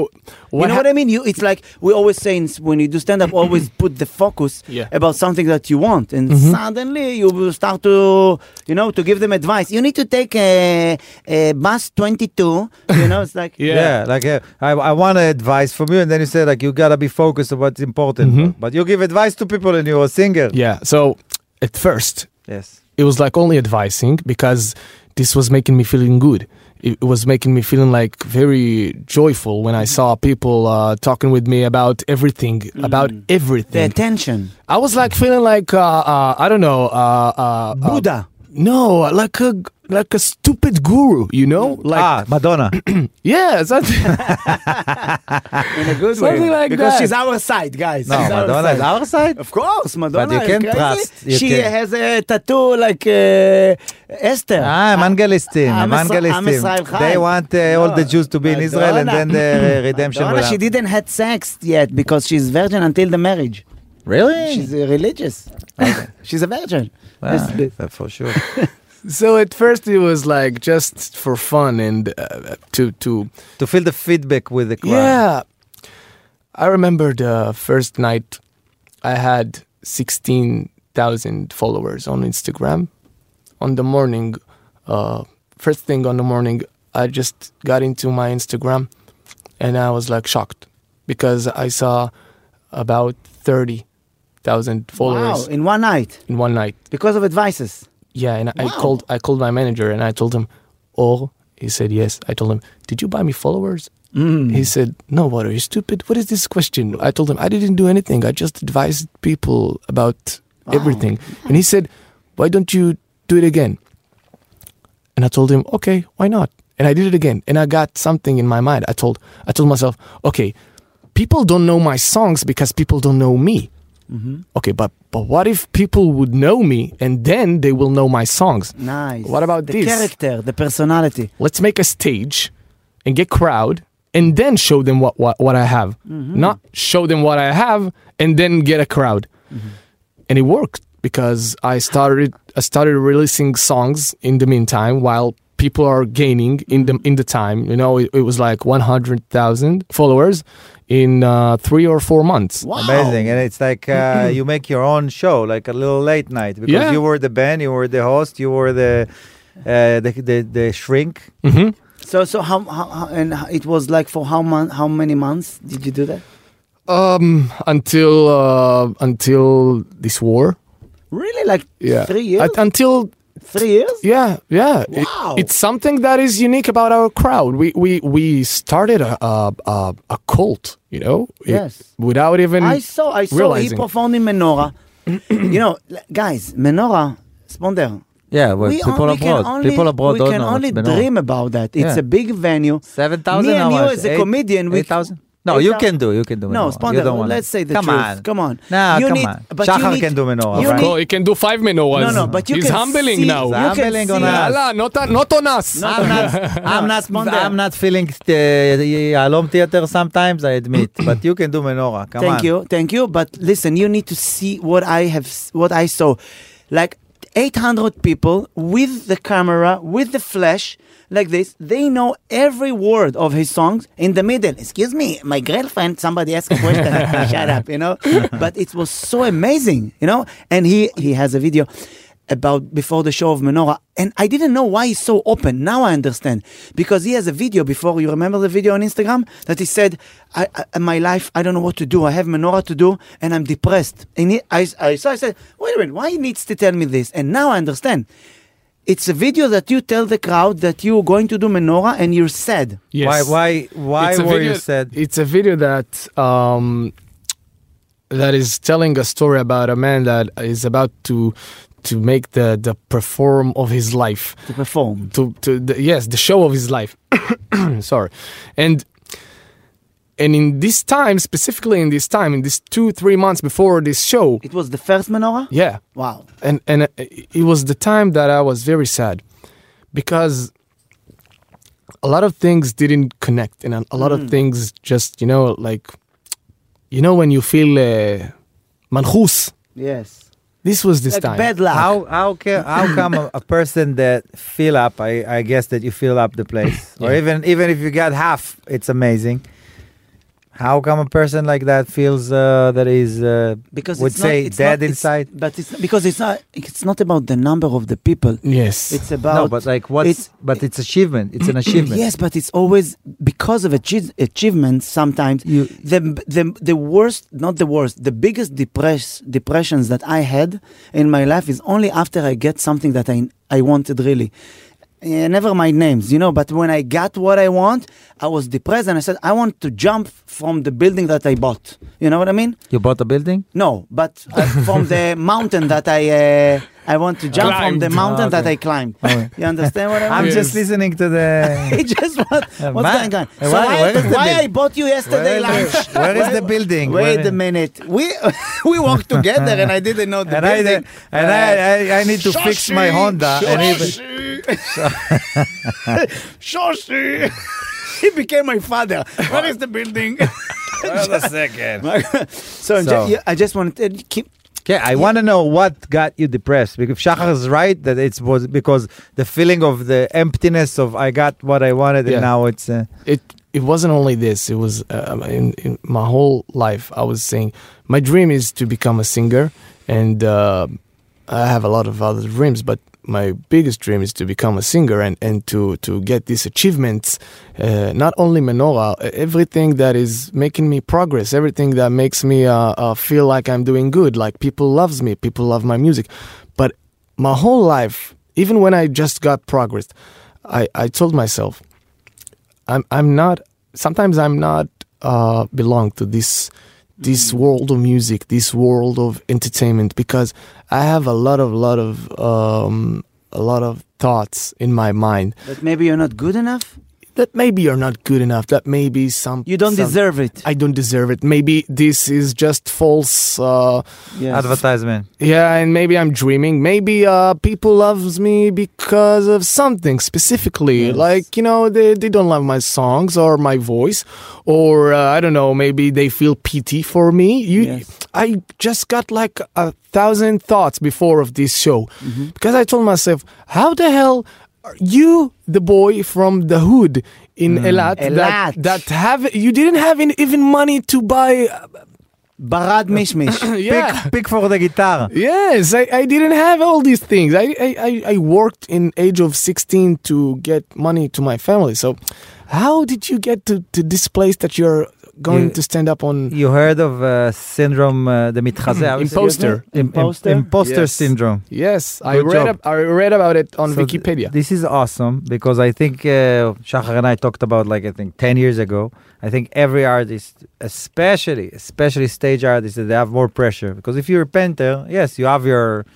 C: You know
F: hap-
C: what I mean? You, it's like we always say in, s- when you do stand up, always put the focus
F: Yeah.
C: about something that you want, and
E: Mm-hmm.
C: suddenly you will start to, you know, to give them advice. You need to take a, a bus twenty two. You know, it's like
F: yeah,
E: Yeah, like uh, I, I want advice from you, and then you say like you gotta be focused on what's important. But you give advice to people, and you're a singer.
F: Mm-hmm. yeah. so at first
E: Yes.
F: it was like only advising because this was making me feeling good it it was making me feeling like very joyful when i saw people uh, talking with me about everything about
C: the
F: everything
C: attention.
F: i was like feeling like uh, uh, i don't know uh, uh, uh,
C: Buddha.
F: no like a like a stupid guru you know like
E: ah, Madonna.
F: yeah something, something like
C: because
F: that
C: she's our side, guys.
E: No,
C: she's our
E: Madonna
C: side.
E: is our side.
C: Of course, Madonna.
E: you
C: is
E: can
C: crazy.
E: trust, you
C: she
E: can-
C: has a tattoo like uh, Esther.
E: Ah, Evangelistim,
C: עם ישראל- עם
E: Evangelistim.
C: ישראל חי.
E: They want uh, all the Jews to be in Israel and then the redemption will
C: Madonna, she
E: happen.
C: didn't have sex yet because she's virgin until the marriage.
E: Really?
C: She's uh, religious. she's a virgin.
E: Ah,
C: Yes.
E: for sure.
F: so at first it was like just for fun and uh, to to
E: to feel the feedback with the crowd.
F: Yeah. I remember the first night I had 16,000 followers on Instagram. On the morning, uh, first thing on the morning, I just got into my Instagram and I was like shocked because I saw about 30,000
C: Wow,
F: followers
C: in one night
F: in one night.
C: because of advices.
F: Yeah, and I
C: Wow.
F: called I called my manager and I told him, "Oh," he said, "Yes." I told him, "Did you buy me followers?" He said, "No, what are you stupid? What is this question?" I told him, "I didn't do anything. I just advised people about everything." And he said, "Why don't you do it again?" And I told him, "Okay, why not?" And I did it again, and I got something in my mind. I told I told myself, "Okay, people don't know my songs because people don't know me." Okay, but but what if people would know me and then they will know my songs?
C: Nice.
F: What about
C: the
F: this?
C: character, the personality?
F: Let's make a stage and get crowd and then show them what what, what I have.
C: Mm-hmm.
F: Not show them what I have and then get a crowd.
C: Mm-hmm.
F: And it worked because I started I started releasing songs in the meantime while people are gaining in the in the time. You know, it, it was like 100,000 followers in uh, 3 or 4 months.
C: Wow.
E: Amazing. And it's like uh,
C: Mm-hmm.
E: you make your own show, like a little late night, because
F: Yeah.
E: you were the band, you were the host, you were the uh, the, the the shrink.
F: Mhm.
C: So, so how, how, how and how- it was like for how mon- how many months did you do that?
F: Um, until uh, until this war.
C: Really, like
F: Yeah.
C: three years?
F: At- until
C: three years?
F: yeah, yeah. It-
C: Wow.
F: it's something that is unique about our crowd. We we we started a a, a, a cult, you know. It-
C: Yes.
F: without even
C: I saw. I saw.
F: realizing.
C: He performed in menorah. you know, l- guys, menorah, sponder.
E: Yeah, well,
C: we
E: people
C: on- we can
E: abroad.
C: only-
E: people abroad
C: we
E: don't
C: can
E: know.
C: only
E: what's been on.
C: dream about that. It's
E: Yeah.
C: a big venue.
E: Seven thousand.
C: Me and
E: how
C: you
E: much?
C: as a
E: Eight-
C: comedian, we-
E: eight thousand. No,
C: eight
E: you
C: thou-
E: can do. You can do.
C: No,
E: menorah. You
C: sponsor.
E: don't wanna-
C: Let's say the
E: come
C: truth.
E: On.
C: Come on.
E: Nah,
C: You
E: come
C: need-
E: on.
C: but you
E: Shahar
C: need-
E: can do menorah,
C: you
E: right?
C: need-
F: Oh, he can do five
C: No,
F: menorahs.
C: no, but you
F: He's
C: can
F: humbling
C: see-
F: now.
C: you
E: He's
C: can
E: humbling on
C: see-
E: us.
F: Yalla, not, not on us. Ah.
E: I'm not. I'm not.
C: Sponder.
E: I'm not feeling the the Alom theater. Sometimes I admit, but you can do menorah. Come
C: thank
E: on.
C: you, thank you. But listen, you need to see what I have, s- what I saw, like 800 people with the camera, with the flash, like this. They know every word of his songs in the middle. Excuse me, my girlfriend. Somebody asked a question. Shut up, you know. But it was so amazing, you know. And he he has a video. About before the show of Menorah, and I didn't know why he's so open. Now I understand because he has a video before. You remember the video on Instagram that he said, I, I, "My life, I don't know what to do. I have menorah to do, and I'm depressed." And he, I, I, so I said, "Wait a minute, why he needs to tell me this?" And now I understand. It's a video that you tell the crowd that you're going to do menorah and you're sad.
F: Yes.
E: Why? Why?
F: It's a
E: Why were
F: video-
E: you said?
F: It's a video that um, that is telling a story about a man that is about to to make the the perform of his life.
C: To perform.
F: to to the, yes the show of his life sorry and and in this time specifically in this time in this two three months before this show
C: It was the first menorah.
F: yeah
C: Wow.
F: and and uh, it was the time that i was very sad because a lot of things didn't connect and a a lot
C: Mm.
F: of things just you know like you know when you feel uh, manchus
C: Yes.
F: this was this
C: Like
F: time
C: bad luck.
E: How how can how come a, a person that fill up? I I guess that you fill up the place, or
F: Yeah.
E: even even if you got half, it's amazing. How come a person like that feels uh, that is uh,
C: Because
E: would
C: it's not-
E: say
C: it's not-
E: dead
C: it's-
E: inside?
C: But it's because it's not. It's not about the number of the people.
F: yes
C: It's
E: No,
C: about
E: but like what's
C: it's-
E: but it's achievement. It's an achievement.
C: Yes, but it's always because of achie- achievements. Sometimes
E: You-
C: the the the worst, not the worst, the biggest depress depressions that I had in my life is only after I get something that I I wanted really. Eh, never mind names, you know. But when I got what I want, I was depressed, and I said I want to jump from the building that I bought. You know what I mean?
E: You bought a building?
C: No, but uh, from the mountain that I uh, I want to jump from
F: Climbed.
C: the mountain
E: Ah,
C: that
E: okay.
C: I climbed.
E: Okay.
C: You understand what I mean?
E: I'm
F: Yes.
E: just listening to the.
C: He just want,
E: Uh,
C: what's
E: man,
C: going on?
E: uh,
C: So
E: why-
C: why,
E: where is the
C: why
E: bill-
C: I bought you yesterday
E: Where is
C: lunch?
E: the- where is the building?
C: Wait
E: Where-
C: a minute. We we worked together and I didn't know the
E: And I
C: building. Uh,
E: and I,
F: uh,
E: I I need to fix my Honda. And even,
C: Shoshi. he became my father. Where is the building?
E: a second.
C: so I'm
E: So-
C: ju- yeah, I just wanted to keep.
E: Okay, I want to know what got you depressed. Because Shachar is right that it was because the feeling of the emptiness of I got what I wanted
F: Yeah.
E: and now it's. Uh,
F: it it wasn't only this it was uh, in, in my whole life i was saying my dream is to become a singer and uh, i have a lot of other dreams but my biggest dream is to become a singer and, and to, to get these achievements uh, not only menorah e- everything that is making me progress everything that makes me uh, uh, feel like i'm doing good like people loves me people love my music but my whole life even when i just got progress i, I told myself I'm I'm not sometimes I'm not uh belong to this this
C: Mm.
F: world of music, this world of entertainment because I have a lot of lot of um a lot of thoughts in my mind
C: But maybe you're not good enough.
F: that maybe you're not good enough, that maybe some
C: You don't
F: some-
C: deserve it.
F: I don't deserve it. Maybe this is just false uh
C: Yes.
E: advertisement.
F: yeah, and maybe I'm dreaming. Maybe uh, people loves me because of something specifically.
C: Yes.
F: Like, you know, they, they don't love my songs or my voice. Or, uh, I don't know, maybe they feel pity for me. You,
C: Yes.
F: I just got like a thousand thoughts before of this show.
C: Mm-hmm.
F: Because I told myself, how the hell are you, the boy from the hood in
C: Mm.
F: Elat, that,
C: Elat.
F: that have, you didn't have in, even money to buy... uh,
C: Barad mishmish.
F: Yeah.
E: Pick, pick for the guitar.
F: Yes, I, I didn't have all these things. I, I, I- I worked in age of 16 to get money to my family. So how did you get to, to this place that you're going
E: You-
F: to stand up on
E: You heard of uh, syndrome, uh, the מתחזה? how is it?
F: Mm-hmm. imposter.
E: Im- im-
C: Imposter?
E: Imposter
F: Yes.
E: syndrome.
F: Yes, I
E: Good
F: read
E: job.
F: ab- I read about it on
E: So th-
F: Wikipedia.
E: This is awesome because I think uh, Shachar and I talked about like I think 10 years ago. I think every artist, especially especially stage artists, they have more pressure because if you're a painter, yes, you have your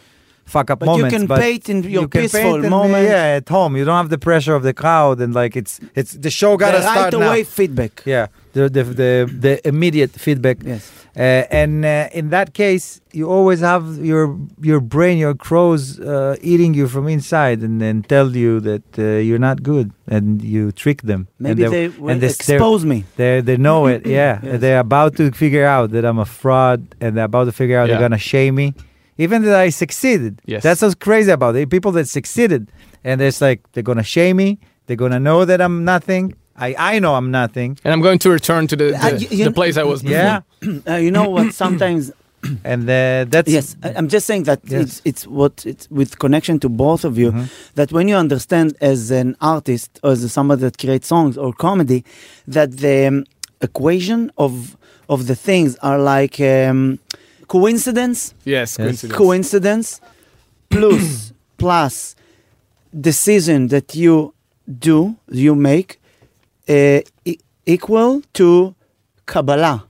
E: fuck up
C: But
E: moments,
C: you can
E: but
C: paint in your
E: you can
C: peaceful
E: paint in-
C: moment.
E: Yeah, at home, you don't have the pressure of the crowd and like it's it's the show
C: The
E: gotta
C: right
E: start
C: away
E: now.
C: feedback.
E: Yeah, the the the, the immediate feedback.
C: Yes.
E: Uh, and uh, in that case, you always have your your brain, your crows uh, eating you from inside, and then tell you that uh, you're not good, and you trick them.
C: Maybe
E: and
C: they will
E: and the stare-
C: expose me.
E: they they know it. Yeah,
C: Yes.
E: they're about to figure out that I'm a fraud, and they're about to figure out
F: Yeah.
E: they're gonna shame me, even that I succeeded.
F: Yes.
E: that's what's crazy about it. People that succeeded, and it's like they're gonna shame me. They're gonna know that I'm nothing. I I know I'm nothing.
F: and I'm going to return to the
C: Uh,
F: the,
C: you- you-
F: the place I was before.
E: Yeah,
C: Uh, you know what? Sometimes
E: and uh, that's
C: yes. I- I'm just saying that
E: Yes. Mm-hmm.
C: it's it's what it's with connection to both of you. That when you understand as an artist or as somebody that creates songs or comedy, that the um, equation of of the things are like um, coincidence.
F: Yes, coincidence.
C: coincidence plus plus decision that you do you make uh, e- equal to kabbalah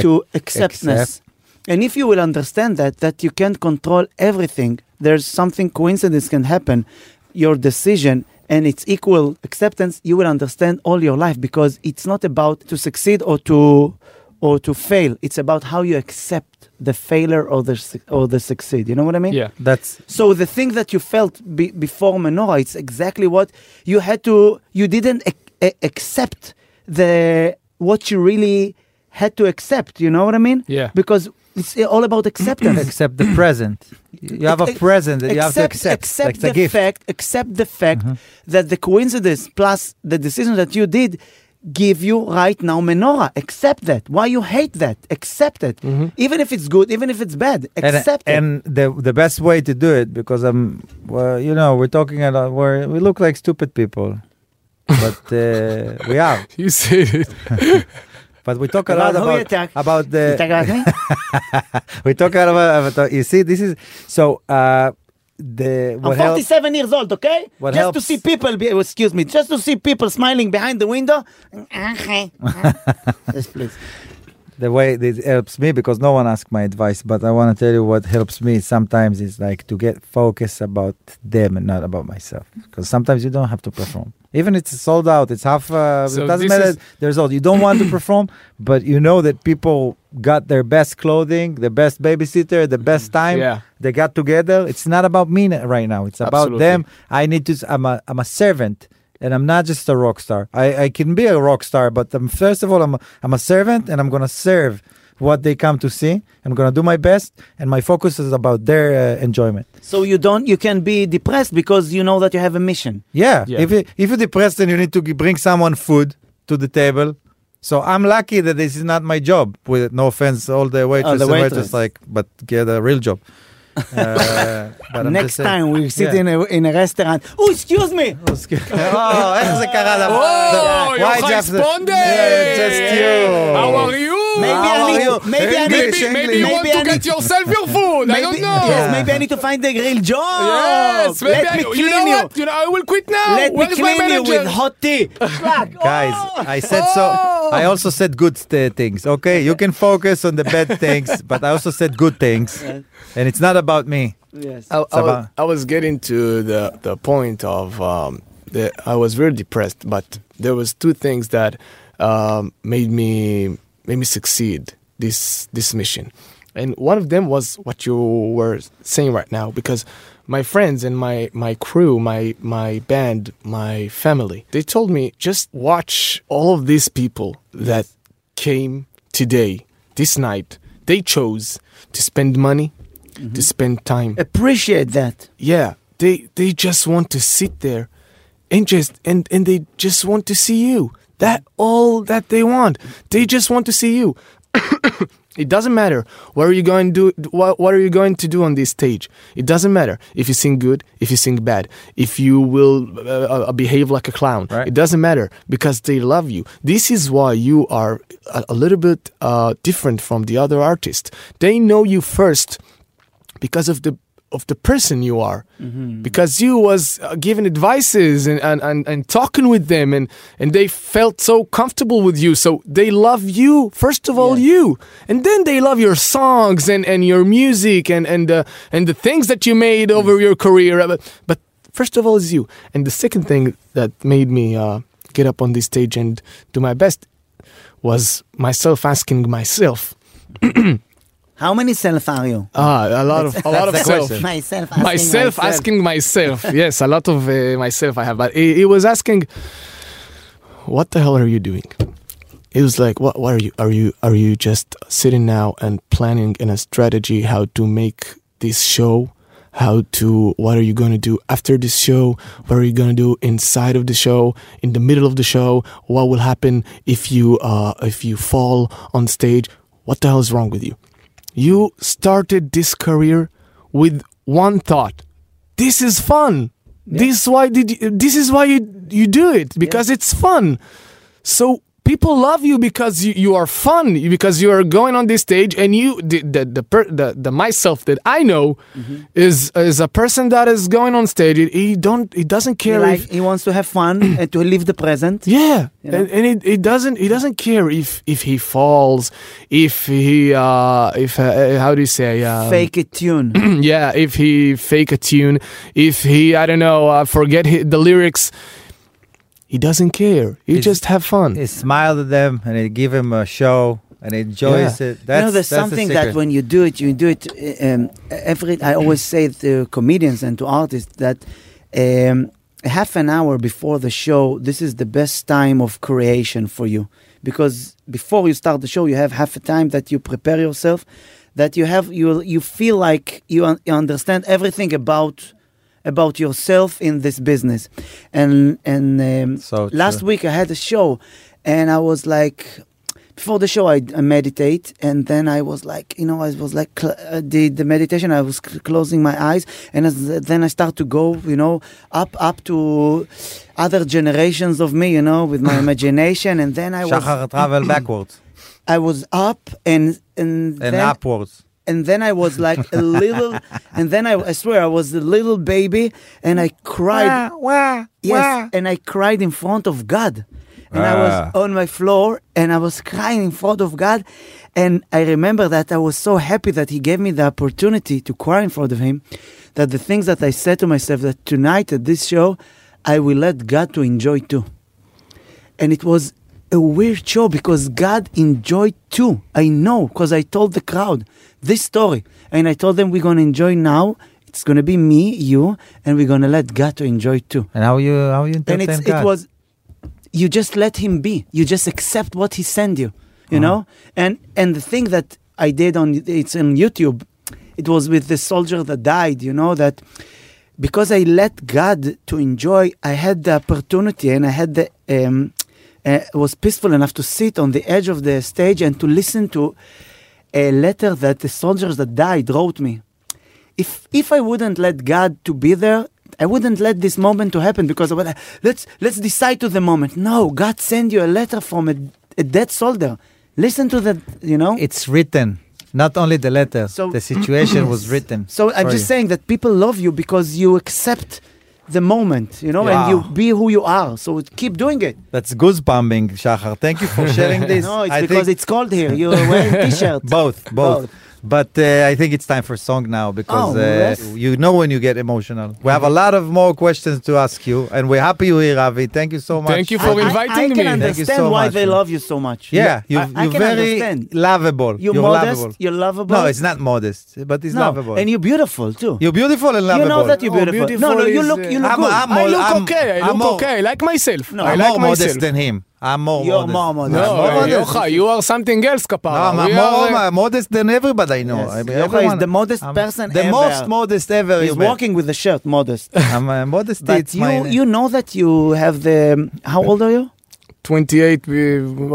C: to acceptance and if you will understand that that you can't control everything there's something coincidence can happen your decision and it's equal acceptance you will understand all your life because it's not about to succeed or to or to fail it's about how you accept the failure or the suc- or the succeed you know what i mean
F: Yeah.
E: that's
C: so the thing that you felt be, before menorah, it's exactly what you had to. You didn't ac- a- accept the what you really had to accept. You know what I mean?
F: Yeah.
C: Because it's all about acceptance.
E: accept the present. You have a
C: Ac-
E: present that you have to accept.
C: accept
E: like
C: the
E: a gift. Mm-hmm.
C: fact, accept the fact that the coincidence plus the decision that you did give you right now menorah. Accept that. Why you hate that? Accept it. Even if it's good, even if it's bad,
E: Mm-hmm. and,
C: accept it.
E: and the the best way to do it because I'm well, you know we're talking a lot we're, we look like stupid people but uh, we are
F: You said it.
E: but we talk a
C: About
E: lot
C: who you
E: about
C: talk-
E: about
C: You
E: the
C: talk about me?
E: we talk a lot about, about you see this is so uh the
C: I'm
E: what helps
C: 47 years old, okay?
E: What
C: just to
E: helps-
C: see people, be, oh, excuse me, just to see people smiling behind the window. Okay. yes, please.
E: the way that it helps me because no one asked my advice but I want to tell you what helps me sometimes is like to get focused about them and not about myself because sometimes you don't have to perform even it's sold out it's half uh,
F: So
E: it doesn't
F: this
E: matter
F: is-
E: there's all you don't want to perform but you know that people got their best clothing the best babysitter the best time
F: Mm, Yeah.
E: they got together it's not about me n- right now it's about
F: Absolutely.
E: them I need to s- I'm a I'm a servant and I'm not just a rock star. I, I can be a rock star, but I'm, first of all, I'm a, I'm a servant and I'm going to serve what they come to see. I'm going to do my best, and my focus is about their uh, enjoyment.
C: So you don't, you can be depressed because you know that you have a mission.
E: Yeah.
F: Yeah.
E: If, you, if you're depressed and you need to g- bring someone food to the table, so I'm lucky that this is not my job. With no offense, all the waitress, and
C: waitress.
E: waitress, like, but get a real job. Uh, but I'm just
C: Next
E: saying-
C: time we sit
E: Yeah.
C: in, a, in a restaurant. Oh, excuse me.
E: oh, איך זה קרה דבר?
F: Oh,
E: Why
F: Yochai
E: just-
F: Sponde!
E: Yeah, just you.
F: How are you?
C: Maybe
E: How
C: I
E: are
C: need-
E: you?
C: maybe I need-
E: English,
F: maybe, maybe
E: English.
C: Maybe
F: you want
C: I
F: to
C: need-
F: get yourself your food. I don't know.
C: Yes, maybe I need to find the real job.
F: Yes, maybe
C: Oh, Let
F: I,
C: me
F: you
C: clean
F: know
C: you.
F: what? You know, I will quit now.
C: Let
F: Where
C: me
F: is my
C: clean you
F: manager?
C: with hot tea. Fuck.
E: Guys,
C: Oh.
E: I said so. I also said good st- things. Okay, you can focus on the bad things, but I also said good things, and it's not about me.
C: Yes.
F: I, I, was,
E: Sabah.
F: I was getting to the, the point of um, the, I was very depressed, but there was two things that um, made me made me succeed this this mission, and one of them was what you were saying right now because my friends and my my crew, my my band, my family, they told me just watch all of these people that came today, this night. They chose to spend money, to spend time,
C: Appreciate that.
F: yeah they they just want to sit there and just and and they just want to see you that all that they want they just want to see you It doesn't matter what are you going to do. What, what are you going to do on this stage? It doesn't matter if you sing good, if you sing bad, if you will uh, uh, behave like a clown.
E: Right.
F: It doesn't matter because they love you. This is why you are a, a little bit uh, different from the other artists. They know you first because of the of the person you are because you was uh, giving advices and, and, and, and talking with them and, and they felt so comfortable with you so they love you first of all you and then they love your songs and, and your music and and, uh, and the things that you made over your career but, but first of all is you and the second thing that made me uh, get up on this stage and do my best was myself asking myself
C: How many self are you?
F: ah a lot of a lot of
E: That's the
F: self
E: question.
C: Myself. asking
F: myself asking myself yes a lot of uh, myself i have but he, he was asking what the hell are you doing it was like what, what are you are you are you just sitting now and planning in a strategy how to make this show how to what are you going to do after this show what are you going to do inside of the show in the middle of the show what will happen if you uh if you fall on stage what the hell is wrong with you you started this career with one thought this is fun this why did you, this is why you you do it because it's fun so people love you because you, you are fun you- because you are going on this stage and you the the the, per, the, the myself that I know
C: Mm-hmm.
F: is is a person that is going on stage. He, he don't he doesn't
C: He,
F: care
C: like,
F: if
C: he wants to have fun and to live the present.
F: yeah,
C: You know?
F: and, and it, it doesn't it doesn't care if if he falls, if he uh if uh, how do you say um,
C: Fake a tune.
F: yeah, if he fake a tune, if he I don't know, uh, forget hi the lyrics, he doesn't care. He
E: Is-
F: just have fun.
E: He smiled at them and he give him a show and he enjoys it. That's
C: you know,
E: that's
C: there's
E: the
C: something
E: secret.
C: that when you do it, you do it. uh, Um, every I always say to comedians and to artists that um, half an hour before the show, this is the best time of creation for you because before you start the show, you have half a time that you prepare yourself, that you have you you feel like you, un- you understand everything about about yourself in this business, and and um,
E: So
C: last
E: true.
C: week I had a show, and I was like, before the show I, I meditate, and then I was like, you know, I was like cl- uh, the the meditation. I was cl- closing my eyes, and as, then I start to go, you know, up up to other generations of me, you know, with my imagination, and then I was
E: Shachar travel backwards
C: I was up and and
E: and
C: then,
E: upwards.
C: and then I was like a little, and then I, I swear I was a little baby, and I cried. Yes, and I cried in front of God. And I was
E: Ah.
C: on my floor and I was crying in front of God. And I remember that I was so happy that He gave me the opportunity to cry in front of Him. That the things that I said to myself that tonight at this show, I will let God to enjoy too. And it was a weird show because God enjoyed too. I know because I told the crowd this story. And I told them we're going to enjoy now. It's going to be me, you, and we're going to let God to enjoy too
E: And how you how you
C: and
E: entertain
C: it's,
E: God?
C: it was you just let him be you just accept what he sent you you know and and the thing that i did on it's on youtube it was with the soldier that died you know that because i let god to enjoy i had the opportunity and i had the um uh, was peaceful enough to sit on the edge of the stage and to listen to a letter that the soldiers that died wrote me if if I wouldn't let God to be there, I wouldn't let this moment to happen because I would, let's let's decide to the moment. No, God send you a letter from a, a dead soldier. Listen to that, you know.
E: it's written. Not only the letter,
C: So-
E: the situation was written.
C: so I'm
E: for
C: just
E: you.
C: saying that people love you because you accept the moment, you know, and
E: Wow.
C: you be who you are. So keep doing it.
E: that's goosebumping, Shachar. Thank you for sharing this.
C: No, it's
E: I
C: because
E: think
C: it's cold here. You're wearing t-shirt.
E: both, both. But uh, I think it's time for song now because
C: Oh,
E: uh,
C: yes.
E: you know when you get emotional. We have a lot of more questions to ask you, and we're happy you're here, Avi. Thank you so much.
F: Thank you
C: I-
F: for
C: I- I,
F: inviting
C: can
F: me.
E: Thank you
C: understand
E: so
C: why
E: much,
C: they
E: man.
C: love you so much.
E: Yeah,
C: You-
E: you,
C: I, I
E: you're
C: can
E: very
C: understand.
E: lovable.
C: You're, modest.
E: lovable.
C: You're lovable.
E: No, it's not modest, but it's
C: No,
E: lovable.
C: and you're beautiful too.
E: you're beautiful and lovable.
C: You know that you're
F: Oh,
C: beautiful. no, no, you
F: beautiful
C: look,
F: is,
C: you
F: uh,
C: look
E: I'm-
C: good.
E: I'm
F: I
E: all-
F: look
E: I'm-
F: okay. I
E: I'm
F: look
E: more-
F: okay. I like myself.
G: לא,
C: No,
F: I
E: I'm
F: like
E: more
F: myself.
E: modest than him. I'm more
C: You're
E: modest.
C: more modest.
E: I'm
F: no,
E: more
F: uh,
E: modest.
F: Yocha, you are something else, Kapara.
E: No,
G: לא,
E: I'm
F: We
E: more
F: are, uh,
E: modest than everybody I know.
C: Yes,
E: I-
C: Yocha is
E: everyone-
C: the modest
E: I'm
C: person
E: The
C: ever.
E: most modest ever.
C: He's
E: you met.
C: walking with the shirt, modest.
E: I'm uh, modest.
C: but
E: it's my
C: you, you um, know that you have the. How old are you?
F: 28 uh,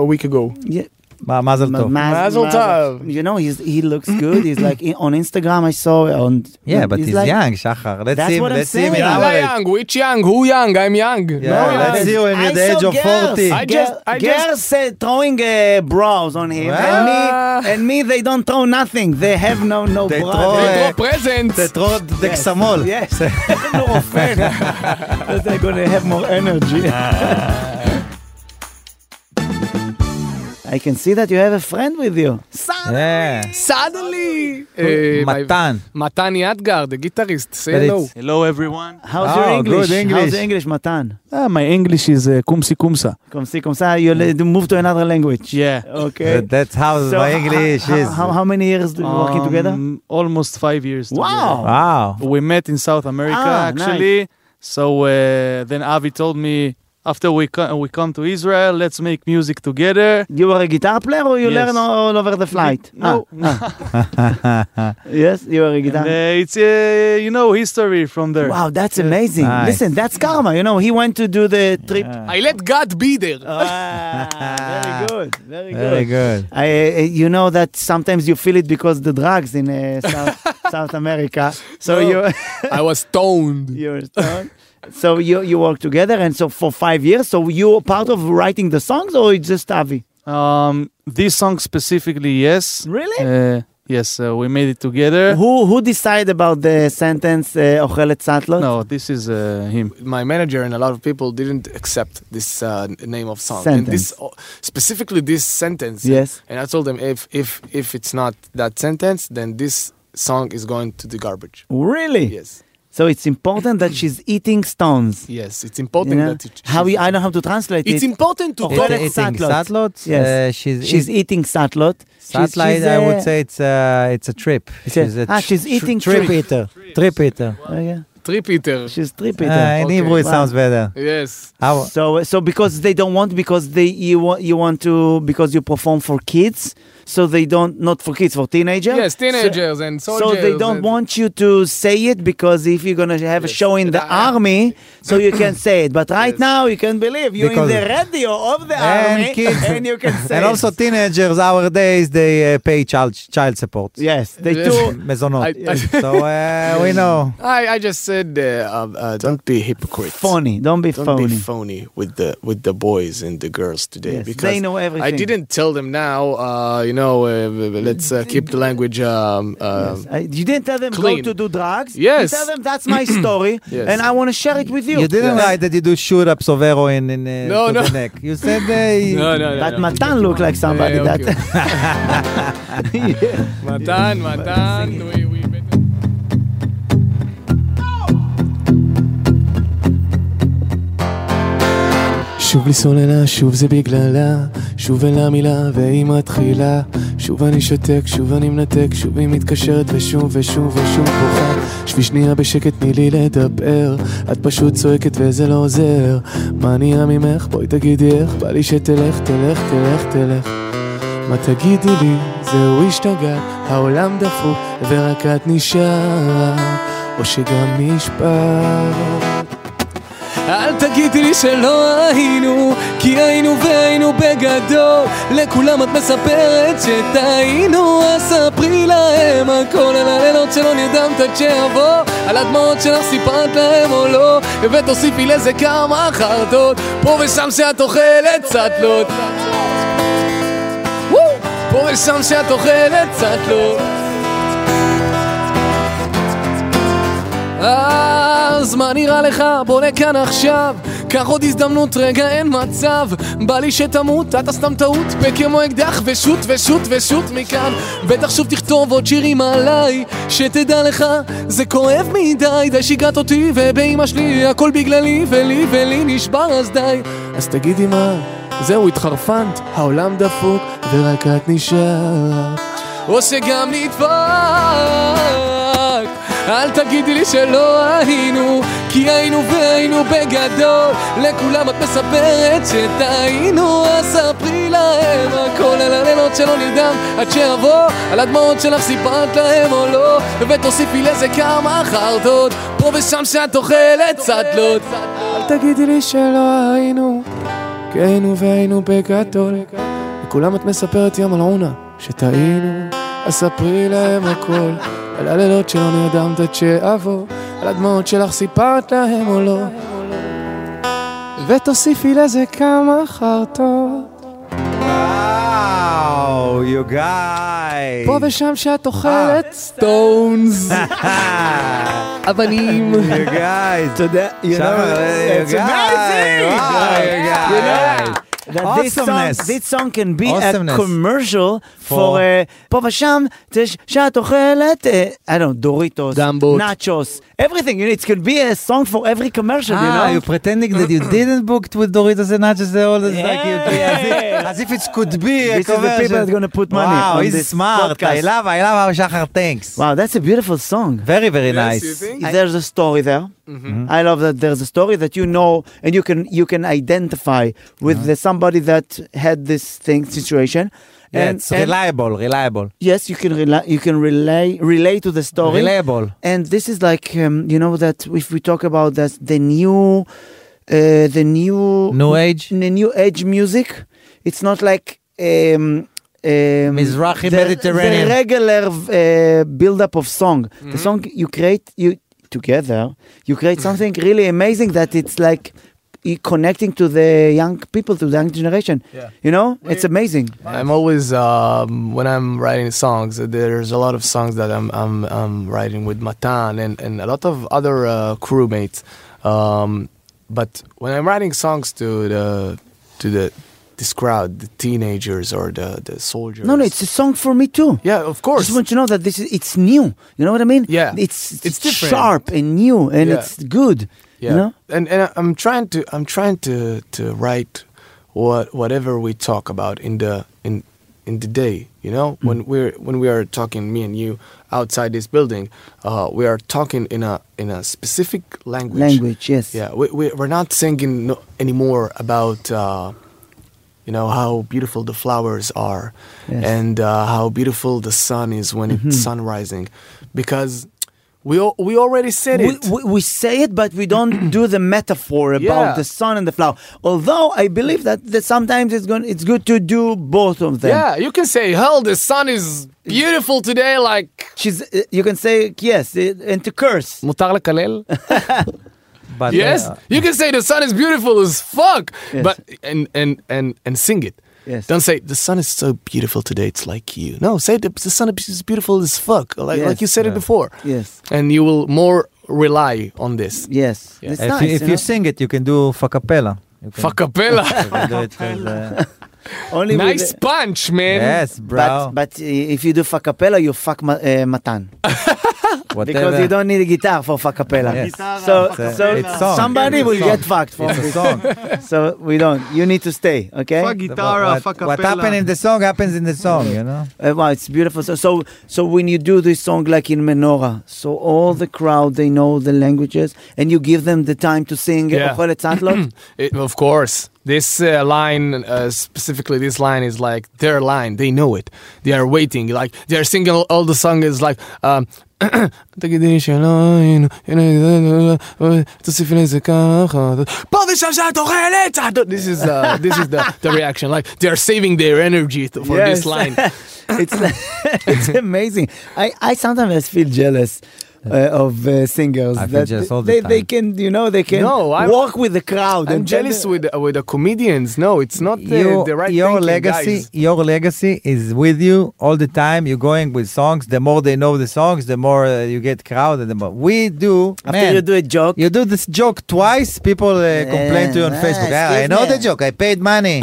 F: a week ago.
C: Yeah.
E: מה- מזל טוב.
B: Mazel tov.
C: You know, he's, he looks good. He's like on Instagram. I saw on.
G: Yeah, but he's
C: like,
G: young, Shachar. Let's
C: That's
G: see him.
C: what I'm
G: Let's see him in
C: saying.
G: our
F: יאללה
G: age.
F: יאנג, which young, who young, I'm young.
G: Yeah,
F: No,
G: let's
F: young.
G: see him
C: oh, I
G: at the age
C: saw
G: of
C: girls.
G: 40.
F: I
C: Girl-
F: just- I just-
C: girls uh, throwing uh, bras on him,
G: Well.
C: and me, and me, they don't throw nothing. They have no no
G: They
C: bra.
G: throw,
C: They-
G: uh,
F: They draw presents.
G: זה טרור דקסמול.
C: Yes, no offense. That they're gonna have more energy. I can see that you have a friend with you.
G: Yeah.
F: suddenly. אה, my-
G: מתן.
F: מתן ידגר, the guitarist, say
G: But
F: hello.
G: it's-
H: Hello everyone.
C: How's
G: Oh,
C: your English?
G: good English.
C: How's the English, Matan?
H: Uh, my English is uh, kumsi kumsa.
C: Come see, come see. You le- move to another language.
H: Yeah.
C: Okay.
G: That- That's how
C: So
G: my
C: ho-
G: English
C: ho-
G: is.
C: How, how many years do you working
H: Um,
C: together?
H: Almost five years.
C: Wow.
G: Wow.
H: together. We met in South America
C: Ah,
H: actually. So uh, then Avi told me after we co- we come to Israel, let's make music together.
C: You were a guitar player or you
H: Yes.
C: learn all over the flight?
H: No,
C: Ah, yes, you were a
H: And,
C: guitar.
H: uh, it's uh, you know history from there.
C: Wow, that's amazing.
G: Nice.
C: Listen, that's karma. You know, he went to do the trip.
F: I let God be there.
C: Ah, very good. Very good.
G: Very good.
C: I, uh, you know that sometimes you feel it because the drugs in uh, South, South America. So
F: No.
C: you
F: I was stoned.
C: you're stoned. So you you work together, and so for five years. So you are part of writing the songs, or it's just Avi?
H: Um, this song specifically, yes.
C: Really?
H: Uh, yes, uh, we made it together.
C: Who who decide about the sentence uh, "Ochelet Satlot"?
H: No, this is uh, him.
F: My manager and a lot of people didn't accept this uh, name of song. And this specifically this sentence.
C: Yes.
F: And I told them if if if it's not that sentence, then this song is going to the garbage.
C: Really?
F: Yes.
C: So it's important that she's eating stones.
F: Yes. It's
C: You
F: important
C: know?
F: that it,
C: How you, I know how to translate
F: it's
C: it.
F: important to
C: Okay.
F: talk.
C: It's- it's-
G: Eating
C: Satlot.
G: satlot?
C: Yes.
G: Uh, She's
C: she's eating satlot. She's-
G: Satellite,
C: she's,
G: I
C: uh,
G: would say it's a it's a trip.
C: It's a- ah, she's eating
G: trip,
C: trip.
G: eater. Trip eater.
C: oh, yeah.
F: Trip eater.
C: She's trip eater.
E: Ah,
G: Uh, in
F: Okay.
G: Hebrew, it
C: Wow.
G: sounds better.
F: Yes.
G: How?
C: So so because they don't want because they you want you want to because you perform for kids so they don't not for kids for teenagers
F: Yes,
C: so,
F: teenagers and
C: so
F: soldiers.
C: they don't
F: and-
C: want you to say it because if you're gonna have a
F: Yes.
C: show in the
F: And I-
C: army so you can say it but right now you can believe you're
G: Because-
C: in the radio of the
G: And
C: army
G: kids.
C: and you can say
G: And
C: it.
G: also teenagers nowadays they uh, pay child child support.
C: yes they
F: Yes.
C: do
G: Mezonot.
F: I- I-
G: so uh, we know.
F: I, I just said uh, uh, uh, don't be hypocrite.
C: phony don't be
F: Don't
C: phony
F: be phony with the with the boys and the girls today
C: Yes,
F: because
C: they know everything
F: I didn't tell them now. Uh, you know, uh, let's uh, keep the language. Um, uh,
C: I- you didn't tell them
F: clean.
C: go to do drugs
F: Yes.
C: you tell them that's my story
F: Yes.
C: and I want to share it with you
G: You didn't
C: And-
G: write that you do shoot ups of heroin in uh,
F: No,
G: to
F: no.
G: the neck. You said uh,
F: No, no, no.
C: But
F: no.
C: Matan look like
F: Yeah,
C: somebody
F: okay.
C: that.
F: Matan, Matan. We, we better-
B: שוב לי סוללה, שוב זה בגללה, שוב אין לה מילה והיא מתחילה. שוב אני שותק, שוב אני מנתק, שוב היא מתקשרת ושוב ושוב ושוב בוכה. שבי שנייה בשקט, תני לי לדבר. את פשוט צועקת וזה לא עוזר. מה נהיה ממך? בואי תגידי איך, בא לי שתלך, תלך, תלך, תלך. מה תגידי לי? זהו השתגע, העולם דפוק ורק את נשארה, או שגם נשפט. אל תגידי לי שלא היינו, כי היינו והיינו בגדול. לכולם את מספרת שטעינו, אז ספרי להם הכל על הלילות שלא נרדמת עד שיבוא, על הדמעות שלך סיפרת להם או לא, ותוסיפי לזה כמה חרטות, פה ושם שאת אוכלת צטלות. וואו! פה ושם שאת אוכלת צטלות. אז מה נראה לך? בוא לכאן עכשיו קח עוד הזדמנות, רגע אין מצב בא לי שתמות, אתה סתם טעות וכמו אקדח ושוט ושוט ושוט מכאן בטח שוב תכתוב עוד שירים עליי שתדע לך, זה כואב מדי די שיגעת אותי ובאמא שלי הכל בגללי ולי ולי נשבר אז די אז תגידי מה, זהו התחרפנת, העולם דפוק ורק את נשארת או שגם נדפק. אל תגידי לי שלא היינו, כי היינו והיינו בגדול. לכולם את מספרת שטעינו, אז ספרי להם הכל על הלילות שלא נרדם עד שאבוא, על הדמעות שלך סיפרת להם או לא, ותוסיפי לזה כמה חרטות, פה ושם שאת אוכלת צטלות. אל תגידי לי שלא היינו, כי היינו והיינו בגדול. לכולם את מספרת יא מלעונה, שטעינו, אז ספרי להם הכל, על הלילות שלא נרדמת עד שאעבור, על הדמעות שלך סיפרת להם או לא, ותוסיפי לזה כמה חרטות,
E: וואו, you guys.
B: פה ושם שאת אוכלת סטונס, אבנים.
E: you guys.
C: אתה יודע, you
E: שמה,
C: know,
E: you
C: it's
E: guys. וואו, you guys.
C: that this song,
E: Awesomeness.
C: this song can be a
E: Awesomeness.
C: commercial for uh, פה ושם, תש- שאת אוכלת, uh, I don't know, Doritos,
F: Dumbos.
C: nachos, everything, you know, it can be a song for every commercial, you
E: Ah,
C: know.
E: you're pretending that you didn't book with Doritos and Nachos and all this, like you,
C: Yeah.
E: as if, as if it could be a
C: This is the
E: commercial.
C: people that's gonna put money
E: Wow,
C: on
E: he's
C: this
E: smart. I
C: podcast.
E: love, I love how Shachar thinks.
C: Wow, that's a beautiful song.
E: Very, very
F: you
E: nice.
F: think?
C: There's a story there. I love that there's a story that you know and you can you can identify with the, somebody that had this thing situation.
E: Yeah,
C: and,
E: it's
C: and
E: reliable, reliable.
C: yes, you can rela- you can relay relate to the story.
E: Reliable.
C: and this is like um, you know that if we talk about that the new uh, the new
E: New age.
C: the new age music it's not like um um,
E: Mizrahi
C: the,
E: Mediterranean. Mm-hmm.
C: the regular uh, build up of song the song you create you together you create something
E: Mm-hmm.
C: really amazing that it's like i- connecting to the young people to the young generation
F: Yeah.
C: you know it's amazing
F: I'm always um, when I'm writing songs. There's a lot of songs that I'm I'm, I'm writing with Matan and, and a lot of other uh, crewmates. Um, but when I'm writing songs to the to the this crowd, the teenagers or the the soldiers.
C: no no it's a song for me too
F: yeah, of
C: I
F: course.
C: just want you to know that this is it's new. You know what I mean?
F: Yeah.
C: It's
F: It's
C: it's,
F: different.
C: sharp and new and
F: Yeah.
C: it's good.
F: yeah.
C: You know?
F: And and I'm trying to I'm trying to to write what whatever we talk about in the in in the day, you
C: Mm.
F: know, when we're when we are talking me and you outside this building, uh, we are talking in a in a specific language.
C: Language, yes.
F: Yeah, we, we we're not singing no, anymore about uh, you know how beautiful the flowers are
C: Yes. Mm-hmm.
F: and uh, how beautiful the sun is when it's sun rising, because we al- we already said
C: We,
F: it.
C: we, we say it, but we don't do the metaphor about
F: Yeah.
C: the sun and the flower. Although I believe that, that sometimes it's going it's good to do both of them.
F: Yeah, you can say, hell, the sun is beautiful today, like...
C: She's, uh, you can say yes uh, and to curse.
F: מותר לקלל?
E: But
F: Yes.
E: uh,
F: You can say the sun is beautiful as fuck,
C: Yes.
F: but and and and and sing it.
C: Yes.
F: Don't say the sun is so beautiful today. It's like you. No, say the, the sun is beautiful as fuck, like like
C: Yes.
F: you said it before.
C: Yes.
F: And you will more rely on this.
C: Yes. It's
E: if,
C: nice.
E: you, if
C: you
E: you
C: know?
E: sing it, you can do facapella. You can-
F: Facapella,
E: you can do it with, uh,
C: Only with
F: nice
C: the-
F: punch, man.
E: yes, bro.
C: But, but uh, if you do facapella, you fuck ma- uh, Matan.
E: Whatever.
C: Because you don't need a guitar for facapella.
E: uh, Yes.
C: So,
F: uh,
E: It's a-
C: so
E: it's song.
C: somebody
E: It's a
C: will
E: song.
C: get fucked from
E: It's a
C: this.
E: song.
C: So we don't. You need to stay, okay?
H: Fuck guitarra, fuck
E: what happened in the song happens in the song, you know?
C: Uh, wow, it's beautiful. So, so, so when you do this song like in menorah, so all the crowd they know the languages, and you give them the time to sing.
F: Yeah.
C: "Ochol Etzantlot."
F: It, of course. This uh, line, uh, specifically this line, is like their line. They know it. They are waiting. Like they are singing all, all the song is like. Um, this is uh, this is the, the reaction. Like they are saving their energy to, for
C: Yes.
F: this line.
C: it's like- it's amazing. I, I sometimes feel jealous. Uh, of uh, singers
E: I feel
C: that
E: jealous all the
C: they, they
E: time.
C: can you know they can
F: No, I'm-
C: walk with the crowd
F: I'm
C: and then-
F: jealous with with the comedians. No, it's not the,
E: Your-
F: the right
E: your
F: thinking,
E: legacy,
F: guys.
E: your legacy is with you all the time. You're going with songs. The more they know the songs, the more uh, you get crowd. And the more we do,
C: after
E: man.
C: you do a joke
E: You do this joke twice, people uh, complain to you on
C: ah,
E: Facebook. "Ah, I
C: excuse
E: know
C: me."
E: the joke. I paid money.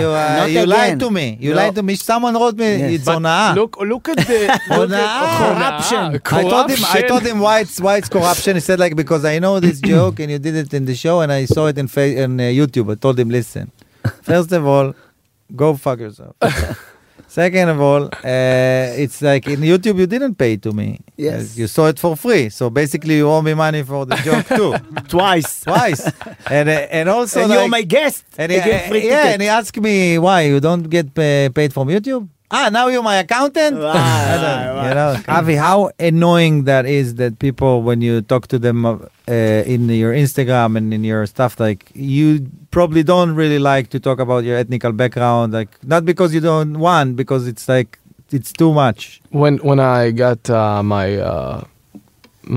E: you uh,
C: Not
E: you lied
C: again.
E: to me. You
C: No.
E: lied to me. Someone wrote me.
C: Yes.
E: It's
F: But
E: on uh,
F: look, look at the look at-
E: Corruption. I told him. I told him why it's why it's corruption. He said like because I know this joke and you did it in the show and I saw it in fa- on uh, YouTube. I told him, listen, first of all, go fuck yourself. Second of all, uh, it's like in YouTube you didn't pay to me.
C: Yes.
E: Uh, you saw it for free. So basically, you owe me money for the joke too,
C: twice
E: twice. And uh, and also
C: and
E: like,
C: you're my guest
E: and
C: I
G: uh,
E: he,
C: get free
E: yeah,
C: tickets.
E: and he asked me why you don't get uh, paid from YouTube.
G: ah, now you're my accountant?
C: Wow,
G: You know, Avi, how annoying that is that people, when you talk to them uh, in your Instagram and in your stuff, like you probably don't really like to talk about your ethnical background, like not because you don't want, because it's like it's too much.
F: when when I got uh, my uh,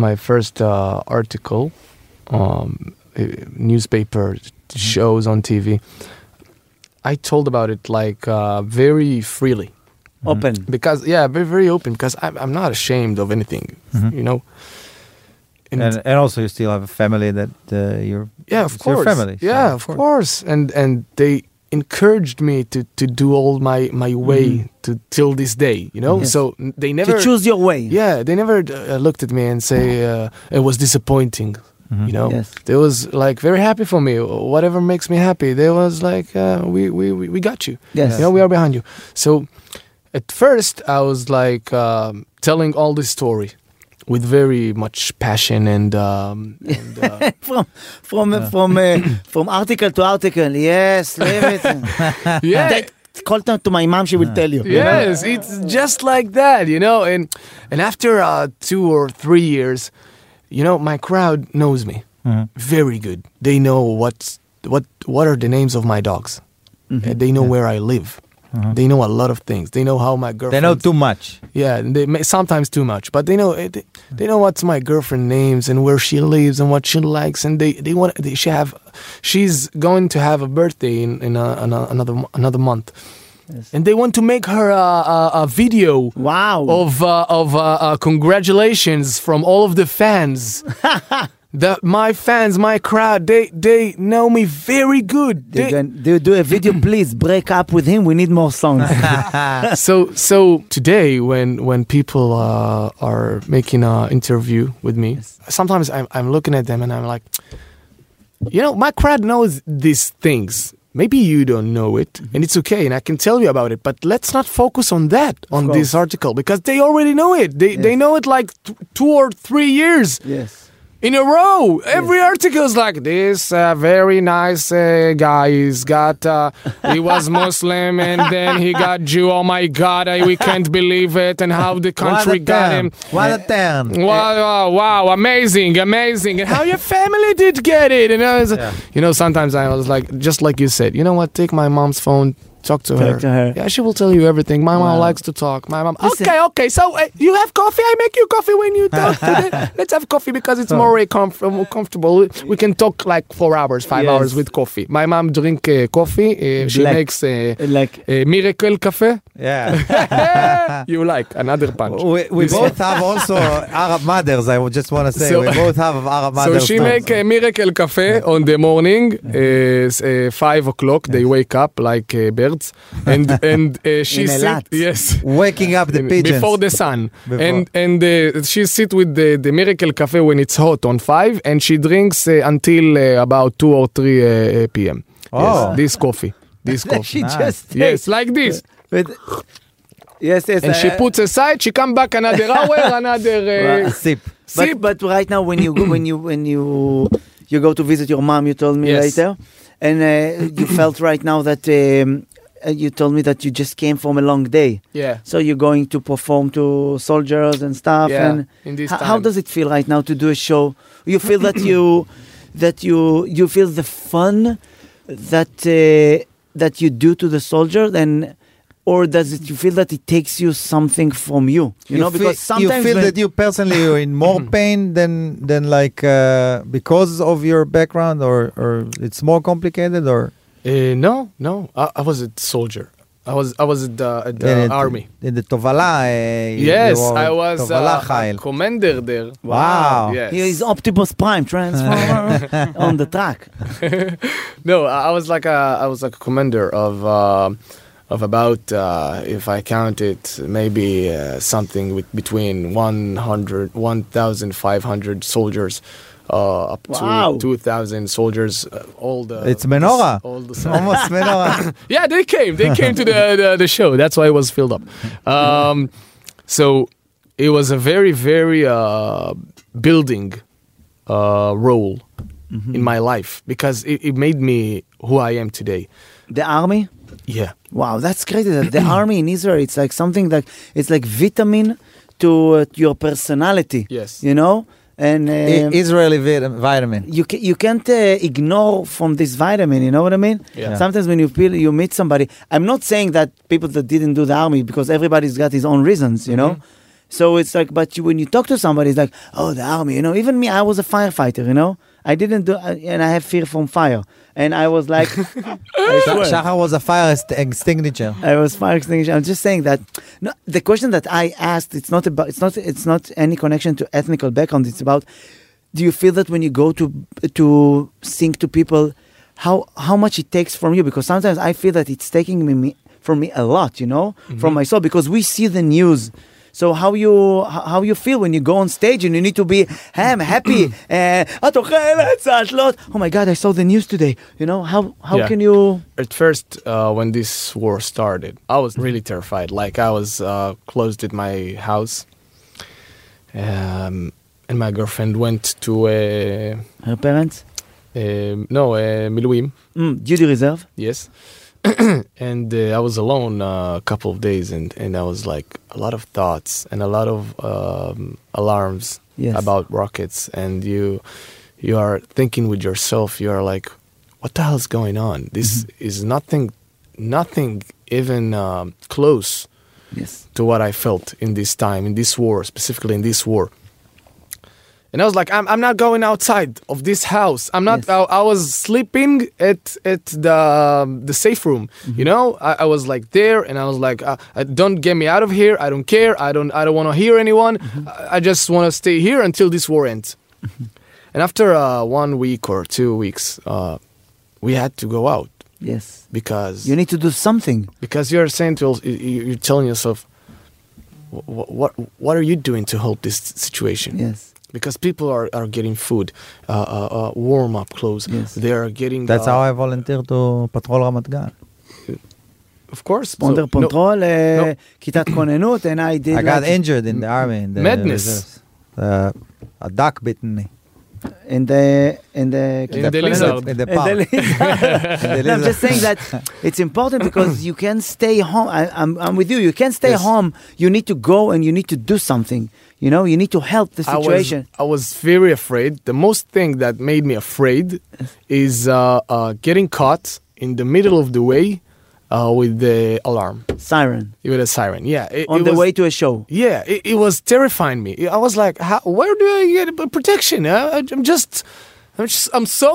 F: my first uh, article, um, uh, newspaper
G: Mm-hmm.
F: shows on TV, I told about it like uh, very freely
C: Open.
F: because yeah, very very open because I'm I'm not ashamed of anything, you know. And,
G: Mm-hmm. And, and also, you still have a family that uh, you're
F: yeah, of
G: it's your
F: course,
G: family, so
F: yeah,
G: of
F: of course, and and they encouraged me to to do all my my way
G: Mm-hmm.
F: to till this day, you know.
C: Yes.
F: So n- they never
C: To choose your way.
F: Yeah, they never uh, looked at me and say uh, it was disappointing. You know,
C: Yes.
F: they was like very happy for me. Whatever makes me happy, they was like, uh, we, we we we got you.
C: Yes.
F: you know, we are behind you. So, at first, I was like um, telling all this story with very much passion and, um, and uh,
C: From from from uh, from article to article. Yes, leave it.
F: uh, yeah,
C: That- Call them to my mom. She will tell you.
F: Yes, it's just like that, you know. And and after uh, two or three years, you know, my crowd knows me
G: Mm-hmm.
F: very good. They know what's what what are the names of my dogs.
G: Mm-hmm.
F: Uh, they know where I live. They know a lot of things. They know how my
G: Uh-huh. they
F: girlfriend.
G: know too much.
F: Yeah, and they may, sometimes too much, but they know eh, they, they know what's my girlfriend names and where she lives and what she likes, and they they want they, she have she's going to have a birthday in in, a, in a, another mo- another month, and they want to make her a, a,
G: Mm-hmm.
F: a video
C: Wow.
F: of uh, of uh, uh, congratulations from all of the fans. that my fans, my crowd, they they know me very good.
C: Do you
F: They-
C: can- do you do a video, please. Break up with him. We need more songs.
F: so so today when when people uh, are making an interview with me sometimes I'm, I'm looking at them and i'm like you know my crowd knows these things maybe you don't know it and it's okay and i can tell you about it but let's not focus on that on this article because they already know it they, they know it like th- two or three years
C: yes.
F: in a row. Every article is like this uh, very nice uh, guy. He's got uh, he was Muslim and then he got Jew. Oh my God, I, we can't believe it! And how the country got him.
G: What a turn.
F: Wow, wow, wow, amazing, amazing. And how your family did get it. And I was, You know, sometimes I was like, just like you said, you know what? Take my mom's phone, talk to her.
C: to her.
F: Yeah, she will tell you everything. My mom likes to talk. My mom, okay, okay. So uh, you have coffee? I make you coffee when you talk to the- Let's have coffee because it's more uh, comf- more comfortable. We can talk like four hours, five
C: Yes.
F: hours with coffee. My mom drink uh, coffee. Uh, she
C: Black.
F: makes uh,
C: Like
F: uh, miracle cafe.
G: Yeah.
F: you like another punch.
G: we, we both have also Arab mothers. I would just want to say
F: So-
G: we both have Arab
F: So
G: mothers.
F: she
G: too.
F: make a miracle cafe on the morning, uh, s- uh, five o'clock. They wake up like uh, birds, and and uh, she
C: In a
F: sit
C: lot.
F: yes
G: waking up the
F: in-
G: pigeons.
F: before the sun,
G: Before.
F: and and uh, she sit with the, the miracle cafe when it's hot on five, and she drinks uh, until uh, about two or three uh, uh, p.m.
G: Oh.
F: Yes, this coffee, this coffee.
C: she just
F: Yes, like this,
C: with- yes, yes.
F: and she
C: I-
F: puts aside. She come back another hour, another uh,
G: sip.
F: sip.
C: But, but right now, when you go, when you when you you go to visit your mom, you told me
F: Yes.
C: later, and uh, you felt right now that um, uh, you told me that you just came from a long day,
F: yeah,
C: so you're going to perform to soldiers and stuff.
F: yeah.
C: And
F: in this
C: ho-
F: time,
C: how does it feel right now to do a show? You feel that you that you you feel the fun that uh, that you do to the soldier and. Or does it you feel that it takes you something from you? You, know,
G: feel,
C: because sometimes
G: you feel
C: when-
G: that you personally are in more pain than than like uh, because of your background or or it's more complicated or
F: Uh, no, no. I, I was a soldier. I was I was at the, at the
G: in,
F: army.
G: in the Tovala. Uh, you-
F: yes,
G: you were
F: I was
G: Tovala
F: uh, a
G: Chayil.
F: commander there.
G: Wow.
F: Yes.
C: Here is Optimus Prime transformer on the track.
F: no, I I was like a I was like a commander of uh, of about uh, if I count it maybe uh, something with between 100 1,500 soldiers uh, up
C: Wow.
F: to 2,000 soldiers uh, all the
G: It's menorah. Oh
F: all the
G: Almost menorah.
F: Yeah, they came. They came to the, the, the show. That's why it was filled up. Um, so it was a very, very uh, building uh, role in my life because it, it made me who I am today.
C: The army?
F: Yeah.
C: Wow, that's crazy. That the army in Israel, it's like something that it's like vitamin to uh, your personality.
F: Yes.
C: You know, and uh,
G: I- Israeli vit- vitamin.
C: you ca- you can't uh, ignore from this vitamin. You know what I mean?
F: Yeah.
C: Sometimes when you feel you meet somebody, I'm not saying that people that didn't do the army because everybody's got his own reasons. You know. So it's like, but you, when you talk to somebody, it's like, oh, the army, you know. Even me, I was a firefighter, you know. I didn't do, uh, and I have fear from fire. And I was like, I swear.
G: Shachar was a fire extin- extinguisher.
C: I was fire extinguisher. I'm just saying that no, the question that I asked it's not about it's not it's not any connection to ethnical background. It's about do you feel that when you go to to sing to people, how how much it takes from you? Because sometimes I feel that it's taking me, me from me a lot, you know, from my soul. Because we see the news. So how you h- how you feel when you go on stage and you need to be hey, I'm happy uh, "את אוכלת צעצלות." oh my god I saw the news today you know how how
F: Yeah.
C: can you
F: At first, uh, when this war started, I was really terrified. Like I was uh, closed at my house, um, and my girlfriend went to a,
C: her uh, parents
F: a no a miluim.
C: mm, duty reserve
F: Yes. and uh, I was alone uh, a couple of days, and, and I was like a lot of thoughts and a lot of um, alarms
C: Yes.
F: about rockets. And you you are thinking with yourself, you are like, what the hell's going on? This is nothing, nothing even um, close
C: yes
F: to what I felt in this time, in this war, specifically in this war. And I was like, I'm, I'm not going outside of this house. I'm not.
C: Yes.
F: I, I was sleeping at at the um, the safe room.
C: Mm-hmm.
F: You know, I, I was like there, and I was like, uh, uh, don't get me out of here. I don't care. I don't. I don't want to hear anyone.
C: Mm-hmm.
F: I, I just want to stay here until this war ends. and after uh, one week or two weeks, uh, we had to go out
C: yes
F: because
C: You need to do something.
F: because you're saying to you- you- you're telling yourself what what what are you doing to help this situation
C: Yes.
F: because people are, are getting food uh, uh, uh, warm up clothes
C: Yes.
F: they are getting
G: That's
F: uh,
G: how I volunteer to patrol Ramat Gan.
F: of course so-
C: Under
F: no,
C: control, uh,
F: no.
C: כיתת כוננות, and I did.
G: I got
C: like,
G: injured in the army. In the
F: Madness.
G: reserves. Uh, a duck bit me.
C: in the in the.
F: In the
C: כיתת
F: lizard.
C: כוננות.
G: In the
C: In
G: park.
C: the lizard.
G: In the
C: No, I'm
G: lizard.
C: just saying that it's important because you can stay home. I, I'm, I'm with you. You can't stay
F: Yes.
C: home. You need to go and you need to do something. You know, you need to help the situation.
F: I was, I was very afraid. The most thing that made me afraid is uh, uh, getting caught in the middle of the way uh, with the alarm,
C: Siren
F: with a siren. Yeah, it-
C: on
F: it
C: the
F: was-
C: way to a show.
F: Yeah, it, it was terrifying me. I was like, How, where do I get p- protection? I, I'm just, I'm just, I'm so.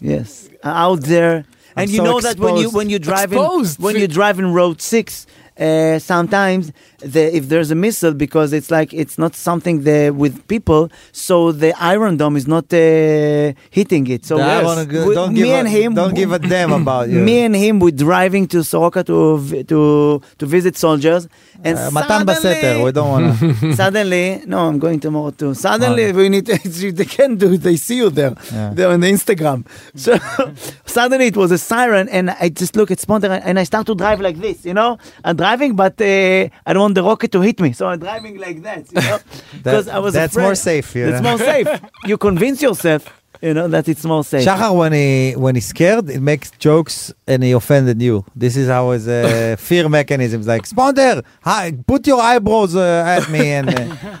C: Yes, Uh, out there, and you
G: so
C: know that when you
G: exposed.
C: when you drive
F: Exposed.
C: in when you drive in Road Six, uh, sometimes the, if there's a missile because it's like it's not something there with people, so the Iron Dome is not uh, hitting it. So
G: The
C: yes.
G: Iron Dome-
C: we-
G: don't
C: me
G: give a-
C: and him,
G: don't give a damn about you.
C: Me and him, we're driving to Soroka to vi- to to visit soldiers, and
G: Uh, Matan Baseter, we
C: suddenly,
G: don't want to.
C: suddenly, no, I'm going tomorrow too. Suddenly, we need. To, they can do. They see you there.
G: Oh, Yeah.
C: They're on the Instagram. So suddenly it was a siren, and I just look at Spontan and I start to drive like this. You know, I'm driving, but uh, I don't want the rocket to hit me, so I'm driving like that. You know, because I was
G: that's
C: afraid.
G: more safe. You
C: It's
G: know?
C: more safe. You convince yourself, you know, that it's more safe.
G: Shachar, when he when he's scared, it makes jokes and he offended you. This is how his uh, fear mechanisms like Sponder, hi, put your eyebrows uh, at me and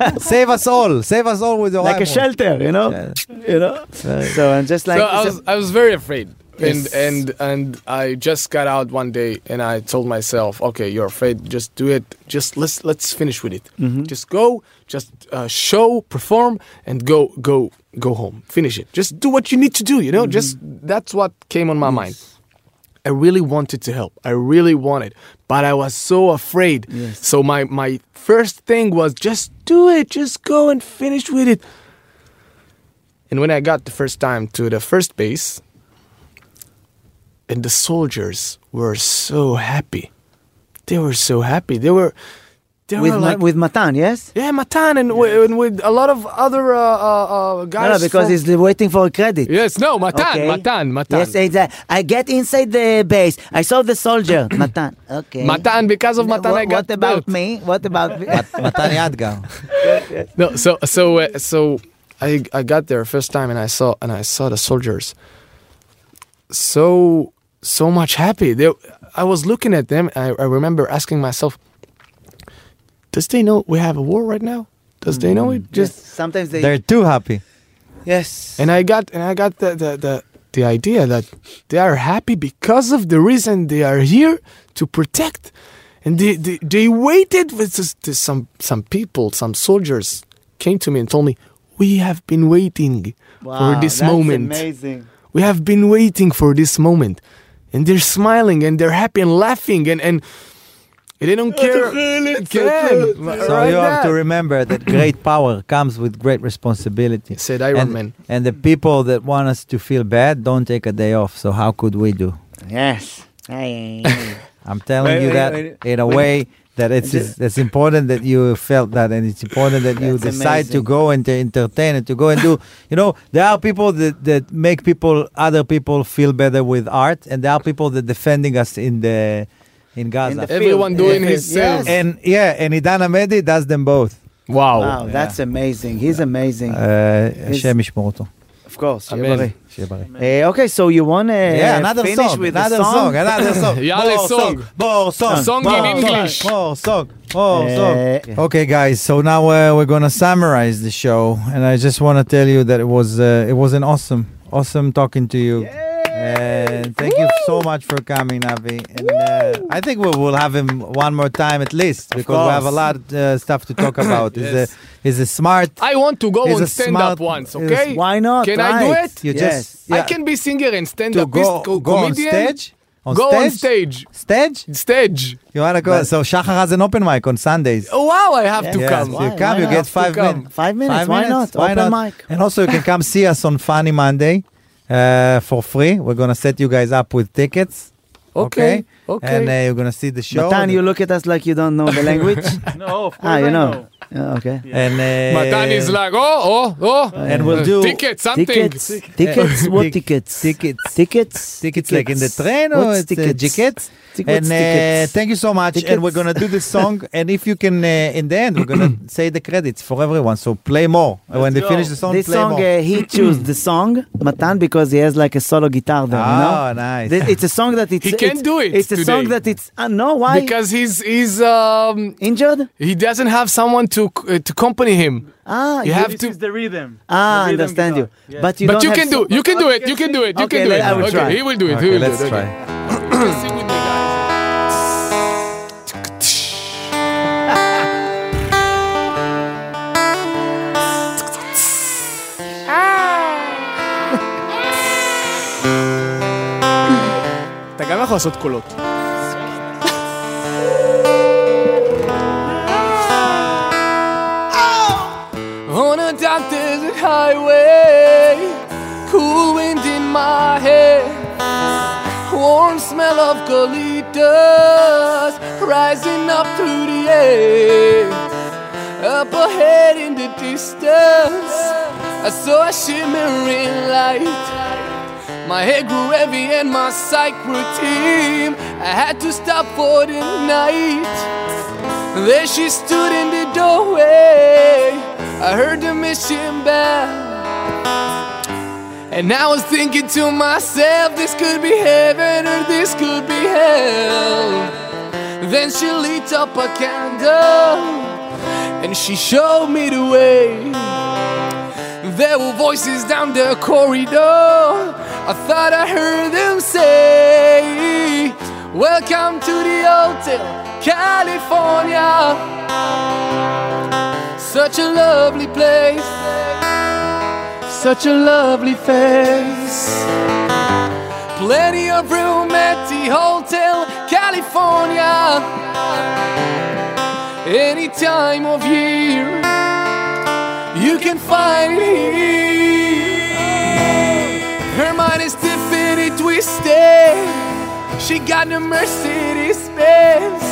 G: uh, save us all. Save us all with your
C: like a
G: eyebrows.
C: shelter, you know, you know. So I'm just like
F: so I was, I was very afraid.
C: Yes.
F: And, and and I just got out one day and I told myself, okay, you're afraid, just do it. Just let's let's finish with it. Just go, just uh, show, perform, and go go go home. Finish it. Just do what you need to do. You know, just that's what came on my mind. I really wanted to help. I really wanted, but I was so afraid. So my my first thing was just do it, just go and finish with it. And when I got the first time to the first base, and the soldiers were so happy. They were so happy. They were they
C: with
F: were
C: Ma-
F: like
C: with Matan, yes.
F: yeah, Matan and, wi- and with a lot of other uh, uh, uh,
C: No,
F: guys.
C: no, because
F: from-
C: he's waiting for a credit.
F: yes, no, Matan,
C: Okay.
F: Matan, Matan.
C: Yes, eh. exactly. I get inside the base. I saw the soldier. Matan. Okay.
F: Matan, because of Matan,
C: what,
F: I got
C: what about
F: out.
C: me? What about me?
G: Matan Yadgar.
F: No, so so uh, so
B: I I got there first time and I saw and I saw the soldiers. So so much happy. They, I was looking at them. I, I remember asking myself, "Does they know we have a war right now? Does they know it?" Just
C: Yes, sometimes they.
E: They're too happy.
C: yes.
B: and I got and I got the the, the the idea that they are happy because of the reason they are here to protect, and they they, they waited with this, this- some some people some soldiers came to me and told me we have been waiting for this
C: that's
B: moment
C: Amazing.
B: we have been waiting for this moment and they're smiling and they're happy and laughing and and they don't care Can,
E: So
B: right
E: you have to
B: there.
E: remember that great power comes with great responsibility.
B: said Iron
E: and,
B: Man
E: and the people that want us to feel bad don't take a day off. So how could we do?
C: Yes. Ay, ay, ay.
E: I'm telling
C: Wait,
E: you
C: wait,
E: that
C: wait,
E: in a
C: wait.
E: way that it's, it's it's important that you felt that, and it's important that you
C: That's
E: decide to
C: amazing.
E: go and to entertain and to go and do. You know, there are people that that make people, other people feel better with art, and there are people that defending us in the in Gaza.
C: In the
B: Everyone
C: field.
B: doing
C: Yes,
B: his
C: yes.
B: self.
E: and yeah, and Idan Amedi does them both.
B: wow,
C: Wow, that's amazing. He's amazing.
E: Uh, Hashem ישמור אותו.
C: of course. שיהיה
B: Amen.
C: בריא.
E: שיהיה בריא.
C: Uh, okay, so you want to
E: Yeah, another
C: finish
E: song,
C: with
E: another
C: a song?
E: song, another song.
B: Yale
E: More
B: song.
E: more song,
B: Song
E: more
B: in English.
E: more song, more
C: Uh,
E: song.
C: yeah.
E: Okay, guys. So now uh, we're gonna summarize the show, and I just want to tell you that it was uh, it was an awesome, awesome talking to you. And thank you so much for coming, Navi. And uh, I think we will have him one more time at least because we have a lot
C: course.
E: uh, stuff to talk about. He's
B: Yes.
E: a he's a smart.
B: I want to go
E: He's a
B: and stand
E: smart-
B: up Oh, once,
E: he's a
B: okay?
C: Why not?
B: Can I do
C: Right.
B: it?
E: You
C: Yes.
E: just yeah,
B: I can be singer and stand
E: to
B: up
E: go go on
B: comedian.
E: stage. On
B: go
E: stage?
B: on stage.
E: Stage?
B: Stage.
E: You wanna go? so Shachar has an open mic on Sundays.
B: Oh, wow, I have to
E: Yes,
B: come.
E: you
C: Why-
E: come,
C: why
E: you
C: not?
E: get five
B: come.
E: minutes.
C: Five minutes.
E: Five
C: why
E: minutes,
C: not?
E: why
C: Open
E: not?
C: mic.
E: And also, you can come see us on Funny Monday uh, for free. We're gonna set you guys up with tickets.
B: Okay, okay.
E: And uh, you're gonna see the show.
C: Matan, you look at us like you don't know the language.
H: No, of course
C: ah, you
H: I
C: know. Yeah, okay.
E: And uh,
B: Matan is like, oh, oh, oh.
E: and
C: Uh,
E: we'll do
B: Ticket, something.
C: Tickets. Tickets.
E: Tic-
C: what tickets?
E: tickets.
C: Tickets.
E: Tickets like in the train or
C: What's
E: it's uh, tickets?
C: Tick-
E: And
C: what's
E: uh,
C: tickets?
E: thank you so much. And we're gonna do this song. and if you can, uh, in the end, we're gonna say the credits for everyone. So play more when they
H: go.
E: finish the song.
C: This
E: play
C: song,
E: more.
C: uh, he chose the song, Matan, because he has like a solo guitar there, you know?
E: oh, nice.
C: Th- It's a song that it's.
B: He
C: it's-
B: can't do it
C: It's a song
B: today.
C: that it's. Uh, no, why?
B: Because he's he's um
C: Injured?
B: he doesn't have someone to uh, to accompany him.
C: Ah,
B: You have
H: This
B: to.
H: is the rhythm.
C: Ah,
H: The rhythm
C: understand you.
H: guitar. Yeah.
C: But you
B: but
C: don't
B: you
C: have
B: can
C: so-
B: do you can do it you can do it you
C: Okay,
B: can do
C: let-
B: it.
C: I will
B: okay,
C: try.
B: he will do it. he
E: okay,
B: will
E: let's
B: do it.
E: try.
B: Okay. Just sing with me, guys. אתה גם יכול לעשות קולות. On a dark desert highway, cool wind in my hair, warm smell of colitas rising up through the air. Up ahead in the distance, I saw a shimmering light. My head grew heavy and my psych grew team. I had to stop for the night. There she stood in the doorway. I heard the mission bell. And I was thinking to myself, this could be heaven or this could be hell. Then she lit up a candle and she showed me the way. There were voices down the corridor. I thought I heard them say, Welcome to the Hotel California. Such a lovely place. Such a lovely face. Plenty of room at the Hotel California. Any time of year. You can find it here. Her mind is Tiffany twisted. She got the Mercedes Benz.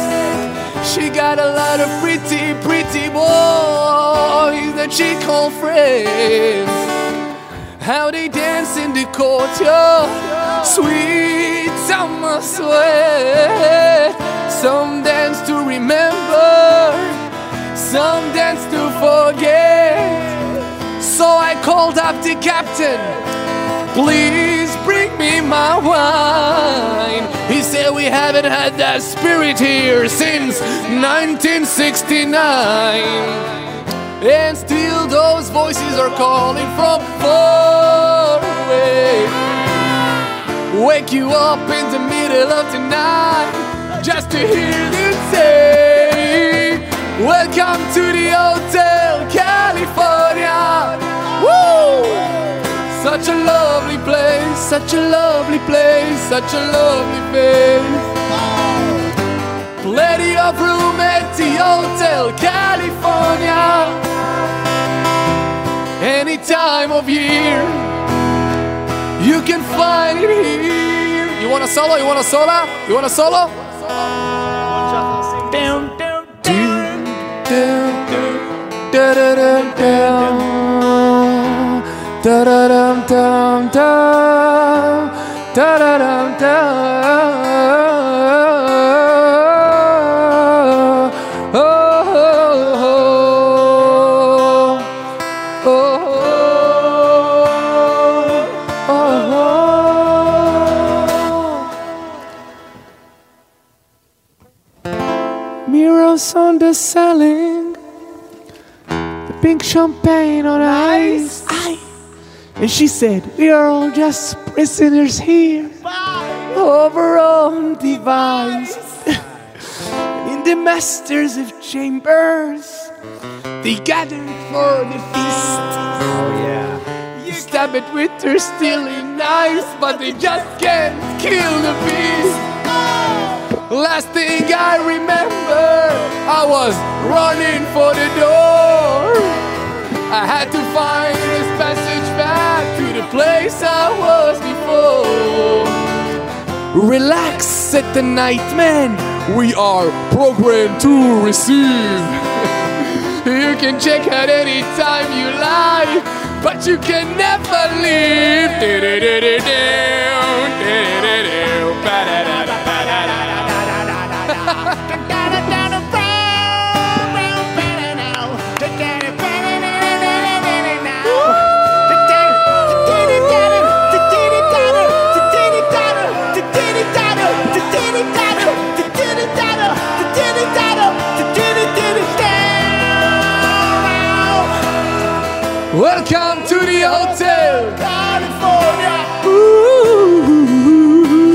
B: She got a lot of pretty, pretty boys that she call friends. How they dance in the courtyard, sweet summer sweat. Some dance to remember some dance to forget. So I
H: called up the captain. Please bring me my wine. He said we haven't had that spirit here since 1969. And still those voices are calling from far away. Wake you up in the middle of the night just to hear you say, Welcome to the Hotel California. Woo! Such a lovely place, such a lovely place, such a lovely place. Plenty of room at the Hotel California. Any time of year, you can find it here. You want a solo? You want a solo? You want a solo? Down, down, down, da-da-dum, down. Da-da-dum, down, down. Da-da-dum, down. Oh, oh, oh, oh. Mirrors on the ceiling, the pink champagne on ice. And she said, We are all just prisoners here, of our own divines. In the masters of chambers, they gathered for the feast. You stab it with their stealing knives, but they just can't kill the beast. Last thing I remember, I was running for the door. I had to find this passage back to the place I was before. Relax, said the nightman. We are programmed to receive. You can check out any time you like, but you can never leave. Welcome to the hotel, California. Ooh,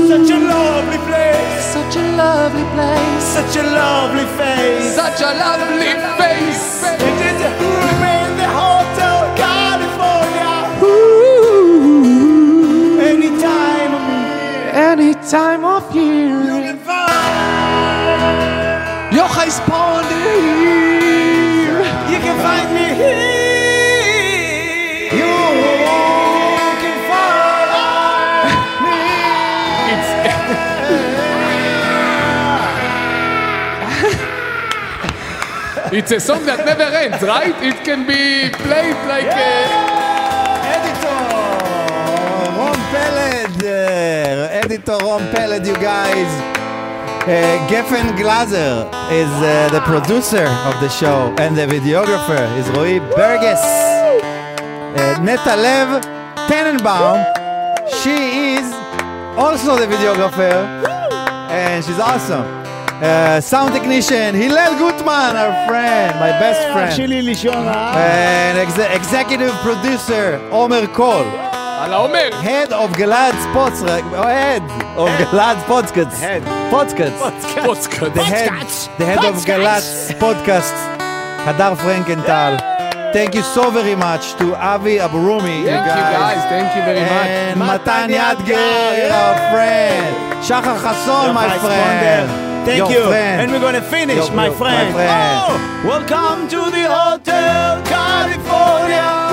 C: Such a lovely place,
H: such a lovely place,
C: such a lovely face.
H: such a lovely face.
C: It is a room in the Hotel California.
H: Ooh,
C: Any time of year.
H: any time of year, Yochai spawned here.
C: You can find me here. You can find
H: It's a song that never ends, right? It can be played like a...
E: אדיטור, רום פלד, אה, אדיטור רום פלד, you guys. Uh, Geffen Glaser is uh, the producer of the show and the videographer is רועי ברגס. Uh, נטע לב טננבאום, she is also the videographer and she's awesome. Uh, sound technician, הלל גוטמן, our friend, my best
C: אח
E: friend.
C: שלי לישון רעה.
E: And exe- executive producer Omer Kol,
H: על העומר.
E: head of Galad Spots, oh, head of Galad Podcasts,
C: Head.
E: Podcasts,
H: פודקאסט.
E: the head, the head of Galad Podcasts, Hadar Frankenthal. Thank you so very much to Avi Aburumi, you
H: Thank you guys,
E: guys.
H: thank you very much.
E: And Matan Yadger,
C: Yadger,
E: our friend. Shachar Chasson, my
C: Your
E: friend.
C: Thank
E: Your
C: you.
E: friend.
C: And we're going to finish,
E: Your-
C: my Oh,
E: your- my
C: friend.
E: friend.
C: Oh, welcome to the Hotel California.